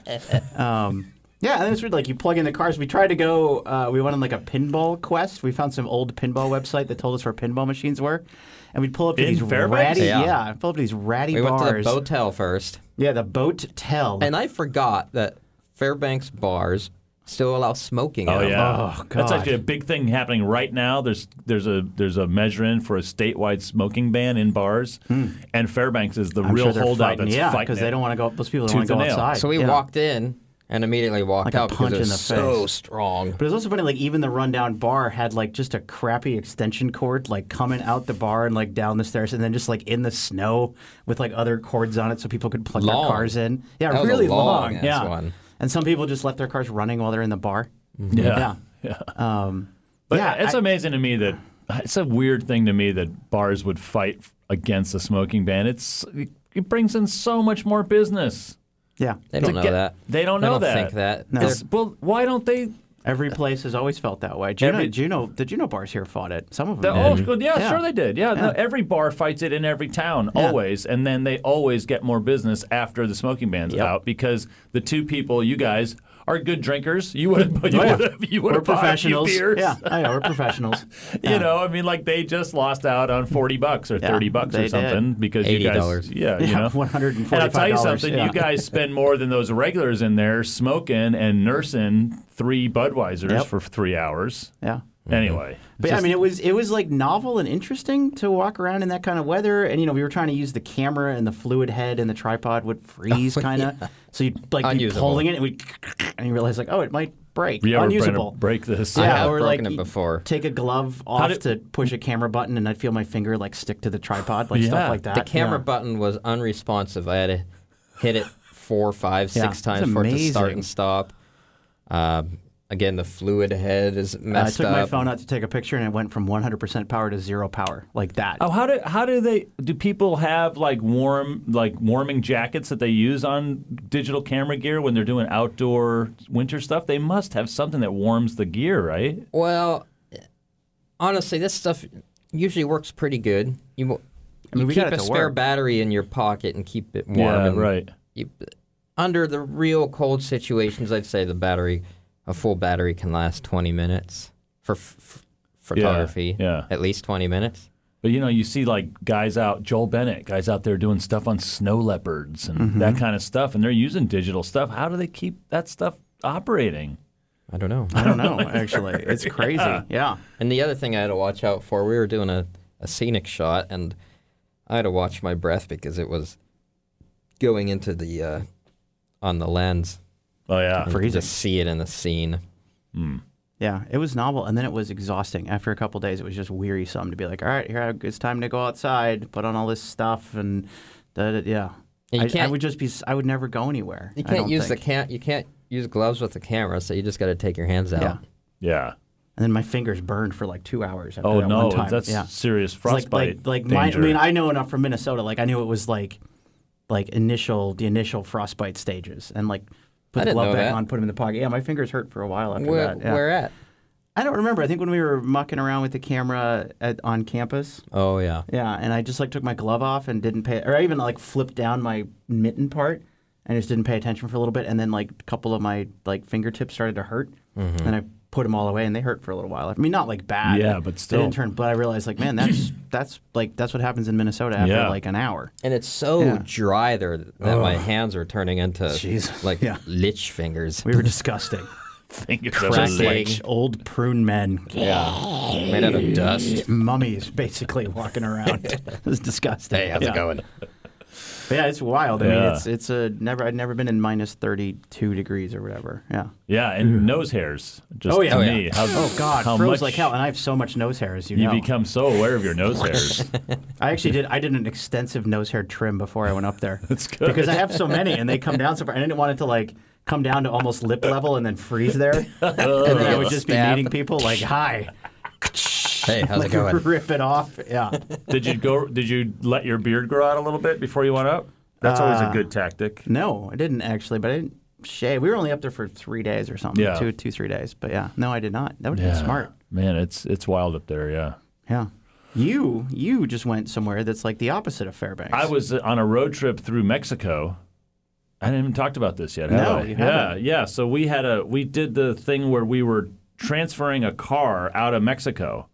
Speaker 3: Um, yeah, and it's weird. Like you plug in the cars. We tried to go. Uh, we went on like a pinball quest. We found some old pinball website that told us where pinball machines were, and we'd pull up to
Speaker 1: In
Speaker 3: these
Speaker 1: Fairbanks?
Speaker 3: ratty.
Speaker 2: Yeah.
Speaker 3: Yeah. pull up to these ratty
Speaker 2: we went
Speaker 3: bars.
Speaker 2: to the boatel first.
Speaker 3: Yeah, the boat tell.
Speaker 2: And I forgot that Fairbanks bars still allow smoking.
Speaker 1: Oh
Speaker 2: in them.
Speaker 1: yeah,
Speaker 3: Oh,
Speaker 1: that's
Speaker 3: God.
Speaker 1: actually a big thing happening right now. There's there's a there's a measure in for a statewide smoking ban in bars, and Fairbanks is the
Speaker 3: Hmm. I'm
Speaker 1: real
Speaker 3: sure they're
Speaker 1: holdout
Speaker 3: fighting.
Speaker 1: that's
Speaker 3: yeah,
Speaker 1: fighting
Speaker 3: because they
Speaker 1: it.
Speaker 3: don't want to go. Those people
Speaker 1: Tooth
Speaker 3: don't want to go
Speaker 1: and nail.
Speaker 3: outside.
Speaker 2: So we
Speaker 3: yeah.
Speaker 2: walked in and immediately walked
Speaker 3: Like a
Speaker 2: out
Speaker 3: punch
Speaker 2: because it
Speaker 3: in
Speaker 2: was
Speaker 3: the
Speaker 2: so
Speaker 3: face.
Speaker 2: strong.
Speaker 3: But it's also funny, like even the rundown bar had like just a crappy extension cord, like coming out the bar and like down the stairs, and then just like in the snow with like other cords on it, so people could plug
Speaker 2: Long.
Speaker 3: their cars in. Yeah,
Speaker 2: That was a
Speaker 3: really
Speaker 2: long
Speaker 3: long.
Speaker 2: ass
Speaker 3: Yeah,
Speaker 2: one.
Speaker 3: and some people just left their cars running while they're in the bar.
Speaker 1: Mm-hmm. Yeah.
Speaker 3: yeah. Um,
Speaker 1: But
Speaker 3: yeah,
Speaker 1: it's
Speaker 3: I-
Speaker 1: amazing to me that it's a weird thing to me that bars would fight against the smoking ban. It's it brings in so much more business.
Speaker 3: yeah.
Speaker 2: They don't
Speaker 1: to
Speaker 2: know
Speaker 1: get-
Speaker 2: that.
Speaker 1: They don't
Speaker 2: They
Speaker 1: know
Speaker 2: don't
Speaker 1: that.
Speaker 2: think that.
Speaker 3: No.
Speaker 1: It's- well, why don't they?
Speaker 3: Every place has always felt that way. Juno,
Speaker 1: Every-
Speaker 3: Juno, the Juno bars here fought it. Some of
Speaker 1: The,
Speaker 3: them.
Speaker 1: oh,
Speaker 3: did.
Speaker 1: good, yeah,
Speaker 3: Yeah.
Speaker 1: sure they did. Yeah, no, every bar fights it in every town,
Speaker 3: Yeah.
Speaker 1: always, and then they always get more business after the smoking ban's
Speaker 3: Yep.
Speaker 1: out because the two people, you guys, are good drinkers. You would have, you
Speaker 3: Oh, yeah.
Speaker 1: would have, you would
Speaker 3: We're
Speaker 1: have bought a few
Speaker 3: professionals.
Speaker 1: beers.
Speaker 3: Yeah, I know, we're professionals.
Speaker 1: You know, I mean, like they just lost out on forty bucks or
Speaker 3: Yeah,
Speaker 1: thirty bucks
Speaker 3: they
Speaker 1: or
Speaker 3: did.
Speaker 1: something because you
Speaker 2: $80.
Speaker 1: guys, yeah, you
Speaker 3: Yeah,
Speaker 1: know,
Speaker 3: $145.
Speaker 1: And I'll tell you something,
Speaker 3: Yeah.
Speaker 1: you guys spend more than those regulars in there smoking and nursing three Budweisers
Speaker 3: Yep.
Speaker 1: for three hours.
Speaker 3: Yeah.
Speaker 1: Anyway,
Speaker 3: But yeah, I mean, it was it was like novel and interesting to walk around in that kind of weather. And you know, we were trying to use the camera, and the fluid head and the tripod would freeze, kind of. So you'd like be
Speaker 2: Oh, Unusable.
Speaker 3: pulling it, and we and you realize like, oh, it might break,
Speaker 1: you ever
Speaker 3: unusable.
Speaker 1: break this?
Speaker 2: I have
Speaker 3: or
Speaker 2: broken
Speaker 3: like
Speaker 2: it
Speaker 3: you
Speaker 2: before.
Speaker 3: Take a glove off
Speaker 1: did-
Speaker 3: to push a camera button, and I'd feel my finger like stick to the tripod, like
Speaker 1: Yeah.
Speaker 3: stuff like that.
Speaker 2: The camera
Speaker 3: Yeah.
Speaker 2: button was unresponsive. I had to hit it four, five,
Speaker 3: Yeah,
Speaker 2: six
Speaker 3: it's
Speaker 2: times for it to start
Speaker 3: amazing.
Speaker 2: and stop. Um, again, the fluid head is
Speaker 3: Uh, I
Speaker 2: messed
Speaker 3: took
Speaker 2: up.
Speaker 3: my phone out to take a picture, and it went from 100% power to zero power, like that.
Speaker 1: Oh, how do how do they do people have like warm like warming jackets that they use on digital camera gear when they're doing outdoor winter stuff? They must have something that warms the gear, right?
Speaker 2: Well, honestly, this stuff usually works pretty good. You, mo-
Speaker 3: mean,
Speaker 2: you
Speaker 3: we
Speaker 2: keep
Speaker 3: got it
Speaker 2: a
Speaker 3: to
Speaker 2: spare
Speaker 3: work.
Speaker 2: battery in your pocket and keep it warm.
Speaker 1: Yeah,
Speaker 2: and
Speaker 1: right.
Speaker 2: you- under the real cold situations, I'd say the battery, a full battery, can last 20 minutes for f- f- photography.
Speaker 1: yeah.
Speaker 2: at least 20 minutes.
Speaker 1: But you know, you see like guys out, Joel Bennett, guys out there doing stuff on snow leopards and
Speaker 3: Mm-hmm.
Speaker 1: that kind of stuff, and they're using digital stuff. How do they keep that stuff operating?
Speaker 2: I don't know.
Speaker 3: I don't know, actually. It's crazy. yeah.
Speaker 2: And the other thing I had to watch out for, we were doing a, a scenic shot, and I had to watch my breath because it was going into the uh, on the lens.
Speaker 1: Oh yeah,
Speaker 2: You could just see it in the scene.
Speaker 3: Yeah, it was novel, and then it was exhausting. After a couple days, it was just wearisome to be like, "All right, here it's time to go outside, put on all this stuff, and da, da, yeah."
Speaker 2: And you
Speaker 3: I, I
Speaker 2: can't-
Speaker 3: would just be, I would never go anywhere.
Speaker 2: You
Speaker 3: I
Speaker 2: can't
Speaker 3: don't
Speaker 2: use
Speaker 3: think.
Speaker 2: the can You can't use gloves with the camera, so you just got to take your hands out.
Speaker 3: Yeah,
Speaker 1: yeah.
Speaker 3: and then my fingers burned for like two hours. After
Speaker 1: Oh
Speaker 3: that
Speaker 1: no,
Speaker 3: one time.
Speaker 1: that's
Speaker 3: yeah.
Speaker 1: serious
Speaker 3: It's like-
Speaker 1: frostbite.
Speaker 3: Like, like, mine, I
Speaker 1: danger.
Speaker 3: mean, I know enough from Minnesota. Like, I knew it was like, like initial the initial frostbite stages, and like
Speaker 2: I
Speaker 3: put the
Speaker 2: didn't
Speaker 3: glove
Speaker 2: know
Speaker 3: back
Speaker 2: that.
Speaker 3: on, put them in the pocket. Yeah, my fingers hurt for a while after
Speaker 2: Where,
Speaker 3: that. Yeah.
Speaker 2: where at?
Speaker 3: I don't remember. I think when we were mucking around with the camera at, on campus.
Speaker 2: Oh yeah.
Speaker 3: Yeah, and I just like took my glove off and didn't pay, or I even like flipped down my mitten part and just didn't pay attention for a little bit, and then like a couple of my like fingertips started to hurt, and I put them all away, and they hurt for a little while. I mean, not like bad.
Speaker 1: Mm-hmm. Yeah, but
Speaker 3: they
Speaker 1: still.
Speaker 3: didn't turn. But I realized like, man, that's that's like that's what happens in Minnesota after
Speaker 1: Yeah.
Speaker 3: like an hour.
Speaker 2: And it's so
Speaker 3: Yeah.
Speaker 2: dry there that my hands are turning into
Speaker 3: Jeez.
Speaker 2: like
Speaker 3: Yeah.
Speaker 2: lich fingers.
Speaker 3: We were disgusting,
Speaker 1: Fingers
Speaker 2: Cracking.
Speaker 1: leg.
Speaker 3: Like old prune men,
Speaker 2: Made out of dust.
Speaker 3: mummies basically walking around. it was disgusting.
Speaker 2: Hey, how's
Speaker 3: Yeah.
Speaker 2: it going?
Speaker 3: But yeah, it's wild. I mean,
Speaker 1: Yeah.
Speaker 3: it's it's a never. I'd never been in minus thirty two degrees or whatever. Yeah.
Speaker 1: Yeah, and nose hairs. Just
Speaker 3: Oh, yeah.
Speaker 1: to
Speaker 3: Oh,
Speaker 1: me,
Speaker 2: yeah.
Speaker 1: how,
Speaker 3: Mm-hmm. Oh God,
Speaker 1: how
Speaker 3: froze
Speaker 1: much
Speaker 3: like hell, and I have so much nose hair as you,
Speaker 1: You
Speaker 3: know.
Speaker 1: become so aware of your nose hairs.
Speaker 3: I actually did. I did an extensive nose hair trim before I went up there.
Speaker 1: That's good.
Speaker 3: because I have so many, and they come down so far. I didn't want it to like come down to almost lip level and then freeze there, and then I
Speaker 1: Oh.
Speaker 3: would just be
Speaker 2: Stab.
Speaker 3: meeting people like, "Hi."
Speaker 2: Hey, how's it
Speaker 3: like
Speaker 2: going?
Speaker 3: rip it off. Yeah.
Speaker 1: did you go? Did you let your beard grow out a little bit before you went up? That's always
Speaker 3: Uh,
Speaker 1: a good tactic.
Speaker 3: No, I didn't actually, but I didn't shave. We were only up there for three days or something.
Speaker 1: Yeah.
Speaker 3: Two, two, three days. But yeah, no, I did not. That would have
Speaker 1: Yeah.
Speaker 3: been smart.
Speaker 1: man. It's it's wild up there. Yeah.
Speaker 3: Yeah. You you just went somewhere that's like the opposite of Fairbanks.
Speaker 1: I was on a road trip through Mexico. I haven't even talked about this yet. have
Speaker 3: No,
Speaker 1: I?
Speaker 3: you
Speaker 1: yeah,
Speaker 3: haven't.
Speaker 1: yeah. So we had a we did the thing where we were transferring a car out of Mexico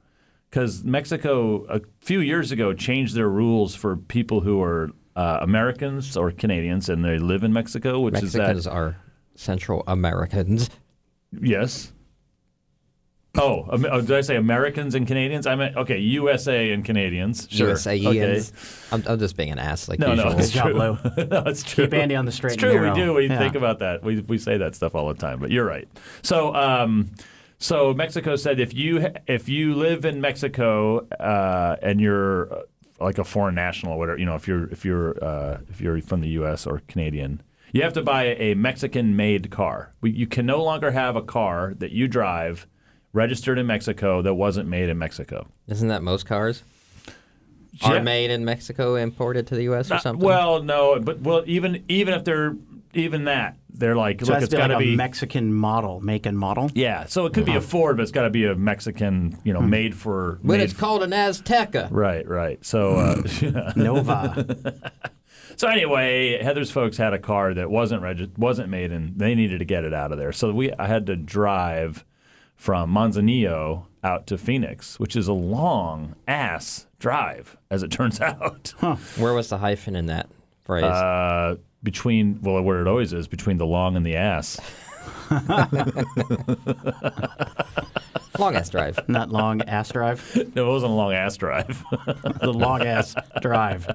Speaker 1: because Mexico a few years ago changed their rules for people who are uh, Americans or Canadians and they live in Mexico, which is
Speaker 2: Mexicans
Speaker 1: that
Speaker 2: are Central Americans.
Speaker 1: yes. Oh, Am- oh, did I say Americans and Canadians? I meant okay, USA and Canadians. Sure.
Speaker 3: E
Speaker 2: USAians. I'm, I'm just being an ass like
Speaker 1: No, no,
Speaker 2: usual.
Speaker 1: it's
Speaker 3: Good job,
Speaker 1: true.
Speaker 3: Lou.
Speaker 1: no, it's true.
Speaker 3: Keep Andy on the straight
Speaker 1: It's
Speaker 3: and
Speaker 1: true. We
Speaker 3: narrow.
Speaker 1: do. We
Speaker 3: Yeah.
Speaker 1: think about that. We, we say that stuff all the time. But you're right. So um, so Mexico said if you if you live in Mexico uh, and you're uh, like a foreign national or whatever, you know, if you're if you're uh, if you're from the U.S. or Canadian, you have to buy a Mexican-made car. We, you can no longer have a car that you drive registered in Mexico that wasn't made in Mexico.
Speaker 2: Isn't that most cars? Are
Speaker 1: Yeah.
Speaker 2: made in Mexico, imported to the U.S. or
Speaker 1: Uh,
Speaker 2: something?
Speaker 1: Well, no, but well, even even if they're even that, they're like,
Speaker 3: So it
Speaker 1: look,
Speaker 3: has
Speaker 1: it's
Speaker 3: to be
Speaker 1: got to
Speaker 3: like
Speaker 1: be
Speaker 3: a uh-huh. Mexican model, make and model.
Speaker 1: yeah. So it could be a Ford, but it's got to be a Mexican, you know,
Speaker 3: Hmm.
Speaker 1: made for
Speaker 2: but
Speaker 1: made
Speaker 2: it's called an Azteca.
Speaker 1: right, right. So uh,
Speaker 3: Nova.
Speaker 1: so anyway, Heather's folks had a car that wasn't regi- wasn't made, and they needed to get it out of there. So we I had to drive from Manzanillo out to Phoenix, which is a long ass drive, as it turns out.
Speaker 2: Where was the hyphen in that phrase?
Speaker 1: Uh, between well, where it always is between the long and the ass.
Speaker 2: Long ass drive.
Speaker 3: Not long ass drive.
Speaker 1: No, it wasn't a long ass drive.
Speaker 3: The long ass drive.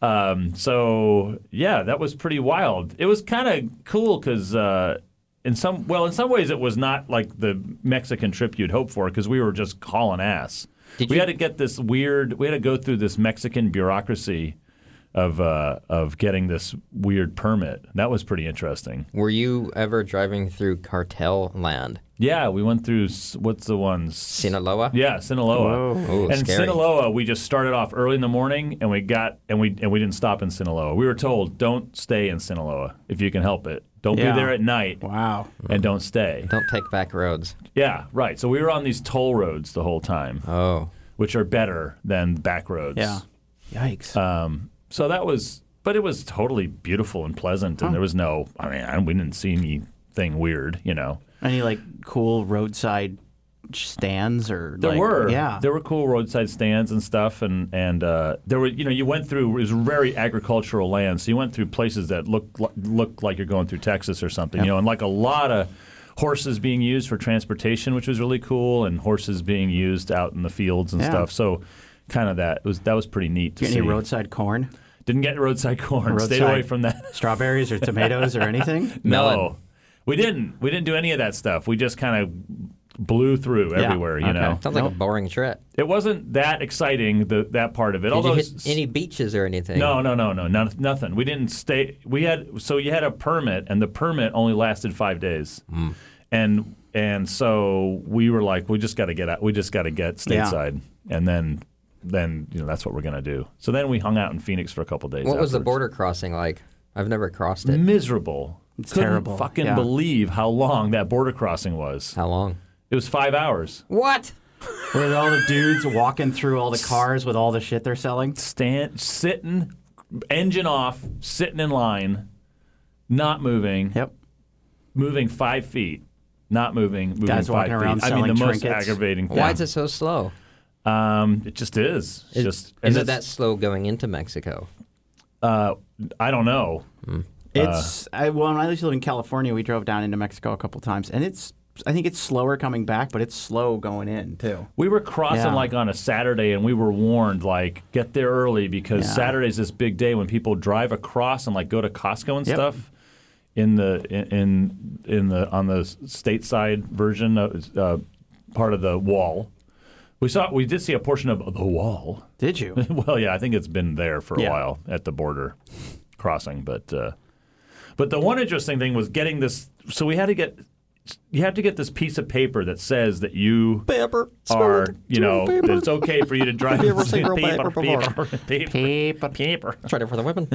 Speaker 1: um, so yeah, that was pretty wild. It was kind of cool because uh, in some well, in some ways, it was not like the Mexican trip you'd hope for because we were just calling ass.
Speaker 2: Did
Speaker 1: we
Speaker 2: you-
Speaker 1: had to get this weird. We had to go through this Mexican bureaucracy of uh, of getting this weird permit. That was pretty interesting.
Speaker 2: Were you ever driving through cartel land?
Speaker 1: Yeah, we went through s- what's the ones
Speaker 2: Sinaloa?
Speaker 1: Yeah, Sinaloa.
Speaker 2: Ooh,
Speaker 1: and
Speaker 2: scary.
Speaker 1: Sinaloa, we just started off early in the morning, and we got and we and we didn't stop in Sinaloa. We were told don't stay in Sinaloa if you can help it. Don't
Speaker 3: Yeah.
Speaker 1: be there at night
Speaker 3: Wow.
Speaker 1: and
Speaker 2: Mm.
Speaker 1: don't stay.
Speaker 2: Don't take back roads.
Speaker 1: Yeah, right. So we were on these toll roads the whole time,
Speaker 2: Oh.
Speaker 1: which are better than back roads.
Speaker 3: Yeah. Uh, Yikes.
Speaker 1: Um, so that was, but it was totally beautiful and pleasant, and there was no. I mean, I, we didn't see anything weird, you know.
Speaker 3: Any like cool roadside stands or
Speaker 1: There
Speaker 3: like-
Speaker 1: were,
Speaker 3: Yeah.
Speaker 1: there were cool roadside stands and stuff, and and uh, there were, you know, you went through it was very agricultural land, so you went through places that looked li- looked like you're going through Texas or something, you know, and like a lot of horses being used for transportation, which was really cool, and horses being used out in the fields and
Speaker 3: Yeah.
Speaker 1: stuff. So, kind of that it was that was pretty neat to
Speaker 3: Get
Speaker 1: see.
Speaker 3: any roadside corn,
Speaker 1: Didn't get roadside corn. Stayed
Speaker 3: Roadside-
Speaker 1: away from that.
Speaker 3: strawberries or tomatoes or anything?
Speaker 1: No, we didn't. We didn't do any of that stuff. We just kind of blew through everywhere, you
Speaker 3: Okay.
Speaker 1: know.
Speaker 2: Sounds like a boring trip.
Speaker 1: It wasn't that exciting, the, that part of it.
Speaker 2: Did
Speaker 1: Although
Speaker 2: you hit
Speaker 1: s-
Speaker 2: any beaches or anything?
Speaker 1: No, no, no, no, none, nothing. We didn't stay. We had so you had a permit, and the permit only lasted five days, and and so we were like, we just got to get out. We just got to get
Speaker 3: Yeah.
Speaker 1: stateside, and then then you know that's what we're gonna do. So then we hung out in Phoenix for a couple days.
Speaker 2: What was the
Speaker 1: afterwards.
Speaker 2: border crossing like? I've never crossed
Speaker 1: Mm.
Speaker 2: it.
Speaker 1: Miserable.
Speaker 3: It's
Speaker 1: Couldn't
Speaker 3: terrible,
Speaker 1: Fucking
Speaker 3: yeah.
Speaker 1: believe how long that border crossing was.
Speaker 2: How long?
Speaker 1: It It was five hours.
Speaker 2: What?
Speaker 3: Where all the dudes walking through all the cars with all the shit they're selling.
Speaker 1: Stand, sitting, engine off, sitting in line, not moving,
Speaker 3: Yep.
Speaker 1: moving five feet, not moving, moving
Speaker 3: Guys
Speaker 1: five
Speaker 3: walking around
Speaker 1: feet. I mean, the
Speaker 3: selling
Speaker 1: most
Speaker 3: trinkets.
Speaker 1: aggravating thing.
Speaker 2: Why is it so slow?
Speaker 1: Um, it just is. It's
Speaker 2: Is,
Speaker 1: just and
Speaker 2: is it that
Speaker 1: it's-
Speaker 2: slow going into Mexico?
Speaker 1: Uh, I don't know.
Speaker 3: It's I, well, when I used to live in California, we drove down into Mexico a couple times, and it's I think it's slower coming back, but it's slow going in too.
Speaker 1: We were crossing
Speaker 3: Yeah.
Speaker 1: like on a Saturday, and we were warned like get there early because
Speaker 3: Yeah.
Speaker 1: Saturday's this big day when people drive across and like go to Costco and
Speaker 3: Yep.
Speaker 1: stuff. In the in in the on the stateside version of uh, part of the wall, we saw we did see a portion of the wall.
Speaker 3: Did you?
Speaker 1: well, yeah, I think it's been there for a
Speaker 3: Yeah.
Speaker 1: while at the border crossing, but uh, but the one interesting thing was getting this. So we had to get you have to get this piece of paper that says that you
Speaker 2: Paper.
Speaker 1: are you know that it's okay for you to drive
Speaker 2: Paper,
Speaker 1: this
Speaker 2: single paper,
Speaker 1: paper, paper,
Speaker 3: Paper.
Speaker 1: paper.
Speaker 2: Tried it for the weapon.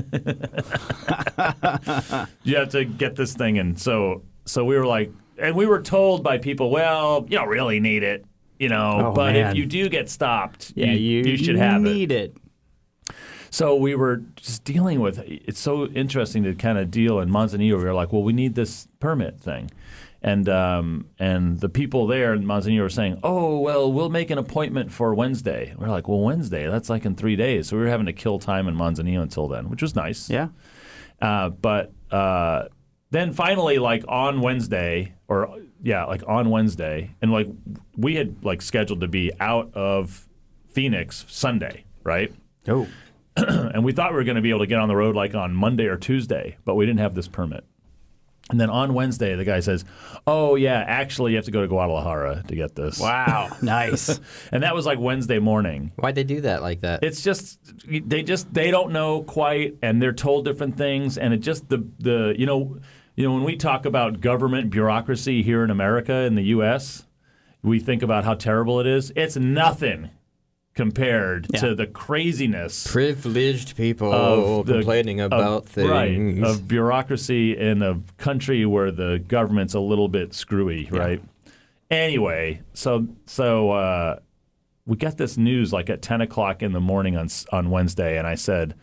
Speaker 1: You have to get this thing, and so so we were like, and we were told by people, well, you don't really need it. You know,
Speaker 3: Oh,
Speaker 1: but
Speaker 3: man.
Speaker 1: if you do get stopped,
Speaker 3: Yeah, you,
Speaker 1: should have it.
Speaker 3: need it.
Speaker 1: So we were just dealing with it's so interesting to kind of deal in Manzanillo. We were like, well, we need this permit thing. And um, and the people there in Manzanillo were saying, oh, well, we'll make an appointment for Wednesday. We are like, well, Wednesday, that's like in three days. So we were having to kill time in Manzanillo until then, which was nice.
Speaker 3: Yeah.
Speaker 1: Uh, but uh, then finally, like on Wednesday, or yeah, like on Wednesday, and like we had like scheduled to be out of Phoenix Sunday, right?
Speaker 3: Oh.
Speaker 1: and we thought we were going to be able to get on the road like on Monday or Tuesday, but we didn't have this permit. And then on Wednesday, the guy says, "Oh yeah, actually, you have to go to Guadalajara to get this."
Speaker 3: Wow. nice.
Speaker 1: And that was like Wednesday morning.
Speaker 2: Why'd they do that like that?
Speaker 1: It's just they just they don't know quite, and they're told different things, and it just the the you know you know when we talk about government bureaucracy here in America in the U.S., we think about how terrible it is. It's nothing compared to the craziness
Speaker 2: Privileged people
Speaker 1: of the-
Speaker 2: complaining
Speaker 1: of-
Speaker 2: about things.
Speaker 1: Right, of bureaucracy in a country where the government's a little bit screwy, right? Anyway, so so uh, we got this news like at ten o'clock in the morning on s- on Wednesday, and I said,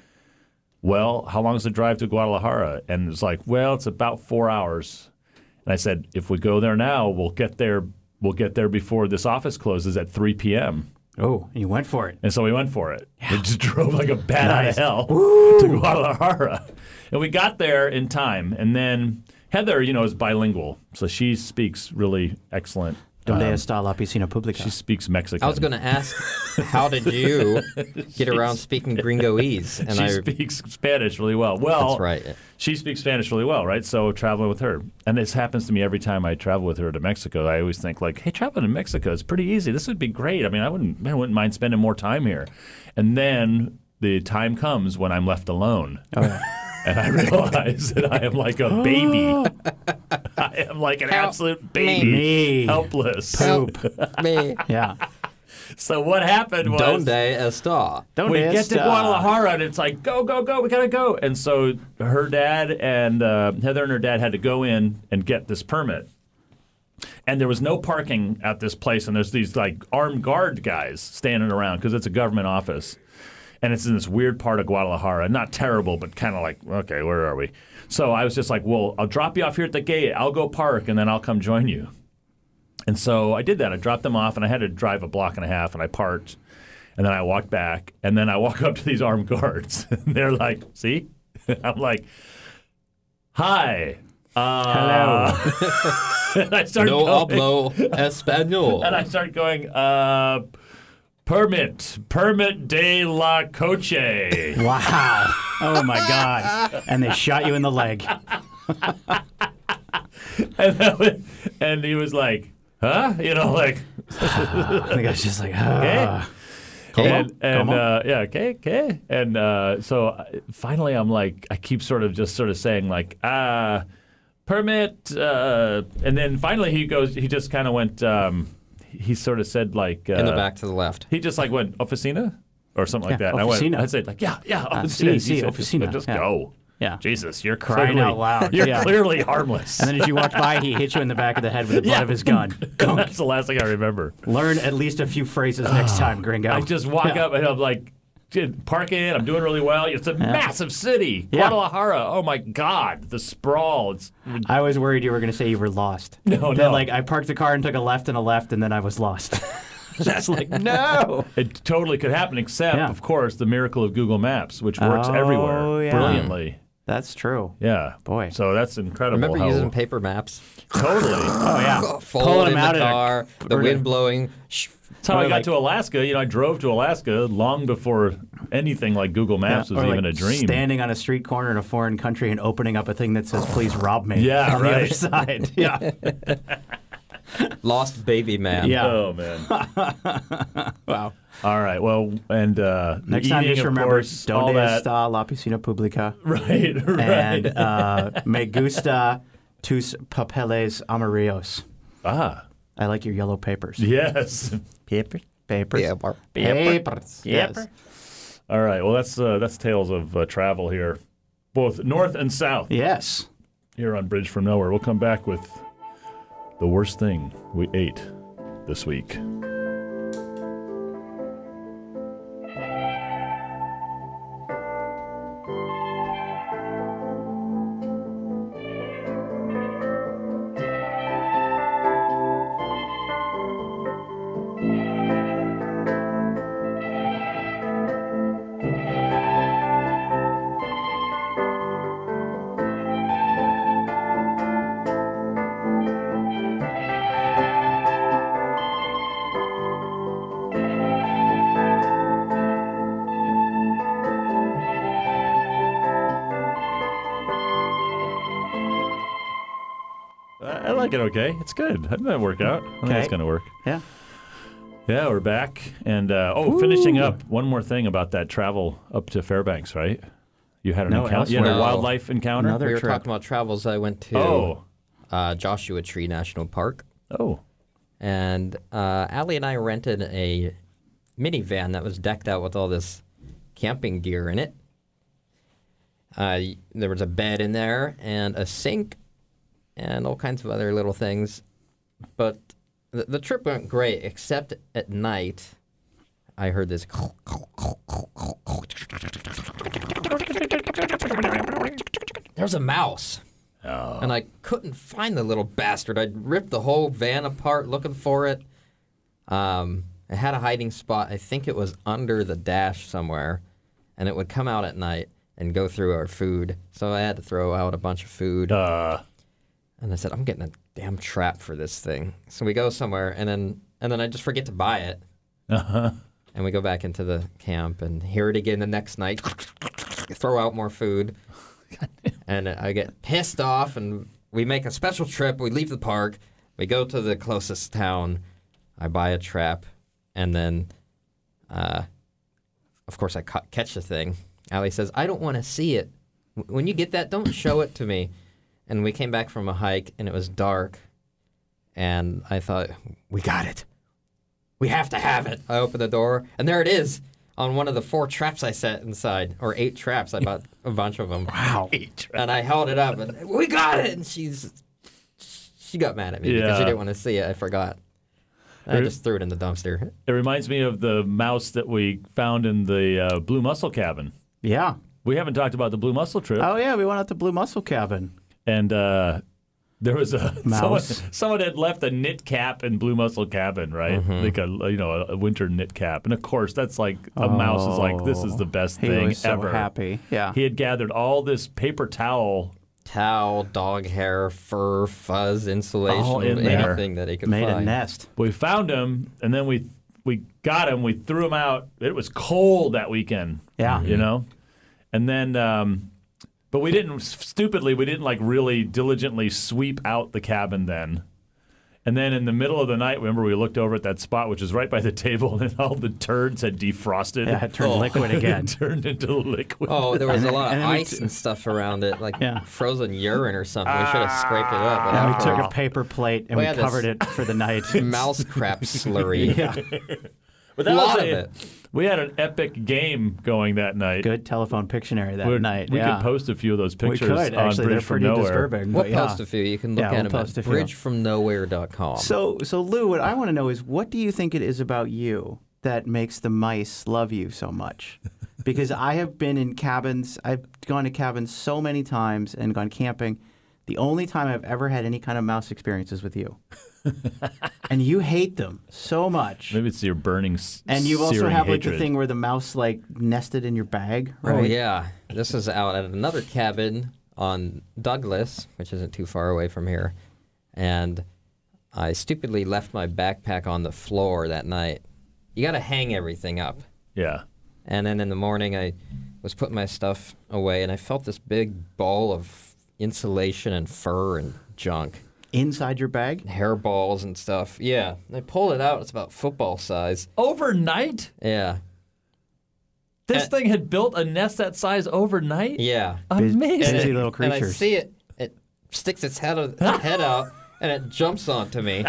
Speaker 1: "Well, how long is the drive to Guadalajara?" And it's like, "Well, it's about four hours." And I said, "If we go there now, we'll get there. We'll get there before this office closes at three p.m."
Speaker 3: Oh, you went for it.
Speaker 1: And so we went for it. We just drove like a bat out of hell to Guadalajara. And we got there in time. And then Heather, you know, is bilingual. So she speaks really excellent.
Speaker 3: Donde está la piscina pública?
Speaker 1: She speaks Mexican.
Speaker 2: I was going to ask, how did you get around speaking gringoese? And
Speaker 1: she
Speaker 2: I
Speaker 1: speaks Spanish really well. Well,
Speaker 2: That's right.
Speaker 1: She speaks Spanish really well, right? So traveling with her, and this happens to me every time I travel with her to Mexico. I always think like, hey, traveling to Mexico is pretty easy. This would be great. I mean, I wouldn't, I wouldn't mind spending more time here. And then the time comes when I'm left alone. And I realize that I am like a baby. I am like an
Speaker 2: Help
Speaker 1: absolute
Speaker 2: me.
Speaker 1: baby,
Speaker 3: Me. Oh.
Speaker 1: helpless.
Speaker 2: Help me.
Speaker 3: yeah.
Speaker 1: So what happened was
Speaker 2: Donde esta?
Speaker 3: Donde
Speaker 1: we get to
Speaker 3: está?
Speaker 1: Guadalajara and it's like, go, go, go, we gotta go. And so her dad and uh, Heather and her dad had to go in and get this permit. And there was no parking at this place, and there's these like armed guard guys standing around because it's a government office. And it's in this weird part of Guadalajara. Not terrible, but kind of like, okay, where are we? So I was just like, well, I'll drop you off here at the gate. I'll go park, and then I'll come join you. And so I did that. I dropped them off, and I had to drive a block and a half, and I parked, and then I walked back, and then I walk up to these armed guards, and they're like, "See?" I'm like, "Hi, uh, hello." and I start
Speaker 2: No
Speaker 1: going,
Speaker 2: hablo
Speaker 1: and
Speaker 2: español.
Speaker 1: I start going, uh, "Permit, permit de la coche."
Speaker 3: Wow. Oh my God. And they shot you in the leg.
Speaker 1: and, that was, and he was like, "Huh?" You know, like,
Speaker 3: The guy's just like, ah.
Speaker 1: "Eh?"
Speaker 3: Como?
Speaker 1: and, and
Speaker 3: Como?
Speaker 1: uh, yeah, okay, okay. And uh, so I- finally, I'm like, I keep sort of just sort of saying like, ah, permit. Uh, and then finally, he goes, he just kind of went. Um, he sort of said like, uh,
Speaker 2: In the back to the left.
Speaker 1: He just like went officina or something like
Speaker 3: Yeah, Ah,
Speaker 1: that. And I went,
Speaker 3: oficina.
Speaker 1: I said like, yeah, yeah,
Speaker 3: sí,
Speaker 1: officina. He
Speaker 3: sí,
Speaker 1: said,
Speaker 3: oficina,
Speaker 1: Just
Speaker 3: yeah.
Speaker 1: go.
Speaker 3: Yeah.
Speaker 1: Jesus, you're
Speaker 3: Crying
Speaker 1: clearly-
Speaker 3: out loud,
Speaker 1: You're
Speaker 3: yeah.
Speaker 1: clearly harmless.
Speaker 3: And then as you walked by, he hit you in the back of the head with the butt of his gun.
Speaker 1: That's the last thing I remember.
Speaker 3: Learn at least a few phrases next time, Gringo.
Speaker 1: I just walk up and I'm like, dude, park it. I'm doing really well. It's a massive city,
Speaker 3: Yeah.
Speaker 1: Guadalajara. Oh my God, the sprawl. It's
Speaker 3: I was worried you were going to say you were lost.
Speaker 1: No,
Speaker 3: Then,
Speaker 1: no.
Speaker 3: like, I parked the car and took a left and a left, and then I was lost.
Speaker 1: just like
Speaker 2: No.
Speaker 1: it totally could happen, except
Speaker 3: Yeah.
Speaker 1: of course the miracle of Google Maps, which works
Speaker 3: Oh,
Speaker 1: everywhere
Speaker 3: yeah.
Speaker 1: brilliantly.
Speaker 3: That's true.
Speaker 1: Yeah,
Speaker 3: Boy.
Speaker 1: So that's incredible.
Speaker 2: Remember
Speaker 1: how-
Speaker 2: using paper maps?
Speaker 1: totally.
Speaker 3: Oh, yeah.
Speaker 2: Fold
Speaker 3: Pulling
Speaker 2: in
Speaker 3: him out
Speaker 2: the
Speaker 3: of the-
Speaker 2: car, the
Speaker 3: or
Speaker 2: wind
Speaker 3: the-
Speaker 2: blowing. Shh.
Speaker 1: That's how I
Speaker 3: Or
Speaker 1: got
Speaker 3: like-
Speaker 1: to Alaska. You know, I drove to Alaska long before anything like Google Maps was
Speaker 3: or,
Speaker 1: even
Speaker 3: like,
Speaker 1: a dream.
Speaker 3: Standing on a street corner in a foreign country and opening up a thing that says, please rob me.
Speaker 1: Yeah,
Speaker 3: On the
Speaker 1: right.
Speaker 3: other side. Yeah.
Speaker 2: Lost baby man.
Speaker 3: Yeah.
Speaker 1: Oh man.
Speaker 3: wow.
Speaker 1: All right. Well, and uh, the
Speaker 3: Next time,
Speaker 1: eating,
Speaker 3: just
Speaker 1: of
Speaker 3: remember,
Speaker 1: course, all
Speaker 3: donde
Speaker 1: that.
Speaker 3: está la piscina pública?
Speaker 1: Right. Right.
Speaker 3: And uh, me gusta tus papeles amarillos.
Speaker 1: ah.
Speaker 3: I like your yellow papers.
Speaker 1: Yes.
Speaker 3: Papers. Papers.
Speaker 2: Yeah, bar-
Speaker 3: Papers. Yes.
Speaker 1: All right. Well, that's uh, that's tales of uh, travel here, both north and south
Speaker 3: Yes.
Speaker 1: here on Bridge from Nowhere. We'll come back with the worst thing we ate this week. I, I like it. Okay, it's good. That might work out. I think it's
Speaker 3: Okay.
Speaker 1: going to work.
Speaker 3: Yeah.
Speaker 1: Yeah, we're back, and uh, oh, finishing up one more thing about that travel up to Fairbanks, right? You had an
Speaker 3: No,
Speaker 1: encounter. You had a
Speaker 2: elsewhere.
Speaker 1: wildlife encounter.
Speaker 3: Another
Speaker 2: We were
Speaker 3: trip.
Speaker 2: talking about travels. I went to
Speaker 1: Oh.
Speaker 2: uh, Joshua Tree National Park,
Speaker 1: Oh.
Speaker 2: and uh, Allie and I rented a minivan that was decked out with all this camping gear in it. Uh, y- there was a bed in there and a sink and all kinds of other little things. But the, the trip went great, except at night, I heard this. There was a mouse. And I couldn't find the little bastard. I'd ripped the whole van apart looking for it. Um, it had a hiding spot. I think it was under the dash somewhere. And it would come out at night and go through our food. So I had to throw out a bunch of food.
Speaker 1: Uh,
Speaker 2: And I said, I'm getting a damn trap for this thing. So we go somewhere, and then and then I just forget to buy it. And we go back into the camp and hear it again the next night. throw out more food, and I get pissed off. And we make a special trip. We leave the park. We go to the closest town. I buy a trap, and then, uh, of course, I ca- catch the thing. Allie says, "I don't want to see it. W- When you get that, don't show it to me." And we came back from a hike, and it was dark. And I thought, "We got it. We have to have it." I opened the door, and there it is. On one of the four traps I set inside, or eight traps, I bought a bunch of them. Wow! And I held it up, and we got it. And she's she got mad at me because she
Speaker 1: Yeah.
Speaker 2: didn't want to see it. I forgot. I
Speaker 1: There-
Speaker 2: just threw it in the dumpster.
Speaker 1: it reminds me of the mouse that we found in the uh, Blue Mussel cabin.
Speaker 3: Yeah.
Speaker 1: We haven't talked about the Blue Mussel trip.
Speaker 3: Oh, yeah. We went out to Blue Muscle Cabin.
Speaker 1: and uh, there was a someone,
Speaker 3: Mouse.
Speaker 1: someone had left a knit cap in Blue Mussel Cabin, right?
Speaker 3: Mm-hmm.
Speaker 1: Like a you know a, winter knit cap, and of course that's like a mouse is like this is the best
Speaker 3: Oh. He
Speaker 1: thing
Speaker 3: was so
Speaker 1: ever.
Speaker 3: happy. Yeah.
Speaker 1: He had gathered all this paper towel.
Speaker 2: towel, dog hair, fur, fuzz, insulation,
Speaker 1: All in there.
Speaker 2: anything that he could
Speaker 3: Made
Speaker 2: find.
Speaker 3: a nest.
Speaker 1: We found him, and then we we got him. We threw him out. It was cold that weekend.
Speaker 3: Yeah.
Speaker 2: Mm-hmm.
Speaker 1: you know, and then. Um, but we didn't stupidly. We didn't like really diligently sweep out the cabin then. And then in the middle of the night, remember we looked over at that spot, which is right by the table, and all the turds had defrosted.
Speaker 3: Yeah, it turned liquid again.
Speaker 1: it turned into liquid.
Speaker 2: Oh, there was a lot of
Speaker 3: and then we
Speaker 2: ice
Speaker 3: t-
Speaker 2: and stuff around it, like
Speaker 3: Yeah. Ah.
Speaker 2: frozen urine or something. We should have scraped it up. but
Speaker 3: And we
Speaker 2: after
Speaker 3: took a paper plate and
Speaker 2: We
Speaker 3: we,
Speaker 2: had this
Speaker 3: covered it for the night.
Speaker 2: mouse crap slurry.
Speaker 3: Yeah.
Speaker 1: But
Speaker 2: A
Speaker 1: that
Speaker 2: lot
Speaker 1: was
Speaker 2: of
Speaker 1: a-
Speaker 2: it.
Speaker 1: We had an epic game going that night.
Speaker 3: Good telephone Pictionary that
Speaker 1: We-
Speaker 3: night.
Speaker 1: We
Speaker 3: yeah.
Speaker 1: could post a few of those
Speaker 3: We
Speaker 1: pictures
Speaker 3: could
Speaker 1: on
Speaker 3: actually. They're
Speaker 1: Bridge from
Speaker 3: pretty
Speaker 1: Nowhere.
Speaker 3: disturbing.
Speaker 2: We'll
Speaker 3: but yeah.
Speaker 2: post a few. You can look
Speaker 3: Yeah,
Speaker 2: at
Speaker 3: we'll
Speaker 2: them
Speaker 3: post a
Speaker 2: at
Speaker 3: few.
Speaker 2: bridgefromnowhere.com.
Speaker 3: So, so Lou, what I want to know is, what do you think it is about you that makes the mice love you so much? Because I have been in cabins. I've gone to cabins so many times and gone camping. The only time I've ever had any kind of mouse experience is with you, and you hate them so much.
Speaker 1: Maybe it's your burning s-
Speaker 3: And you also
Speaker 1: searing
Speaker 3: have like
Speaker 1: hatred.
Speaker 3: the thing where the mouse like nested in your bag, right?
Speaker 2: Oh yeah, this is out at another cabin on Douglas, which isn't too far away from here, and I stupidly left my backpack on the floor that night. You got to hang everything up,
Speaker 1: Yeah.
Speaker 2: and then in the morning I was putting my stuff away, and I felt this big ball of insulation and fur and junk,
Speaker 3: Inside your bag.
Speaker 2: hair balls and stuff. Yeah, and I pulled it out. It's about football size.
Speaker 1: Overnight?
Speaker 2: Yeah,
Speaker 1: This
Speaker 2: Uh,
Speaker 1: thing had built a nest that size overnight?
Speaker 2: yeah.
Speaker 1: Amazing.
Speaker 3: Busy
Speaker 2: and it-
Speaker 3: little
Speaker 2: And I
Speaker 3: creatures.
Speaker 2: see it. It sticks its head, o- head out and it jumps onto me,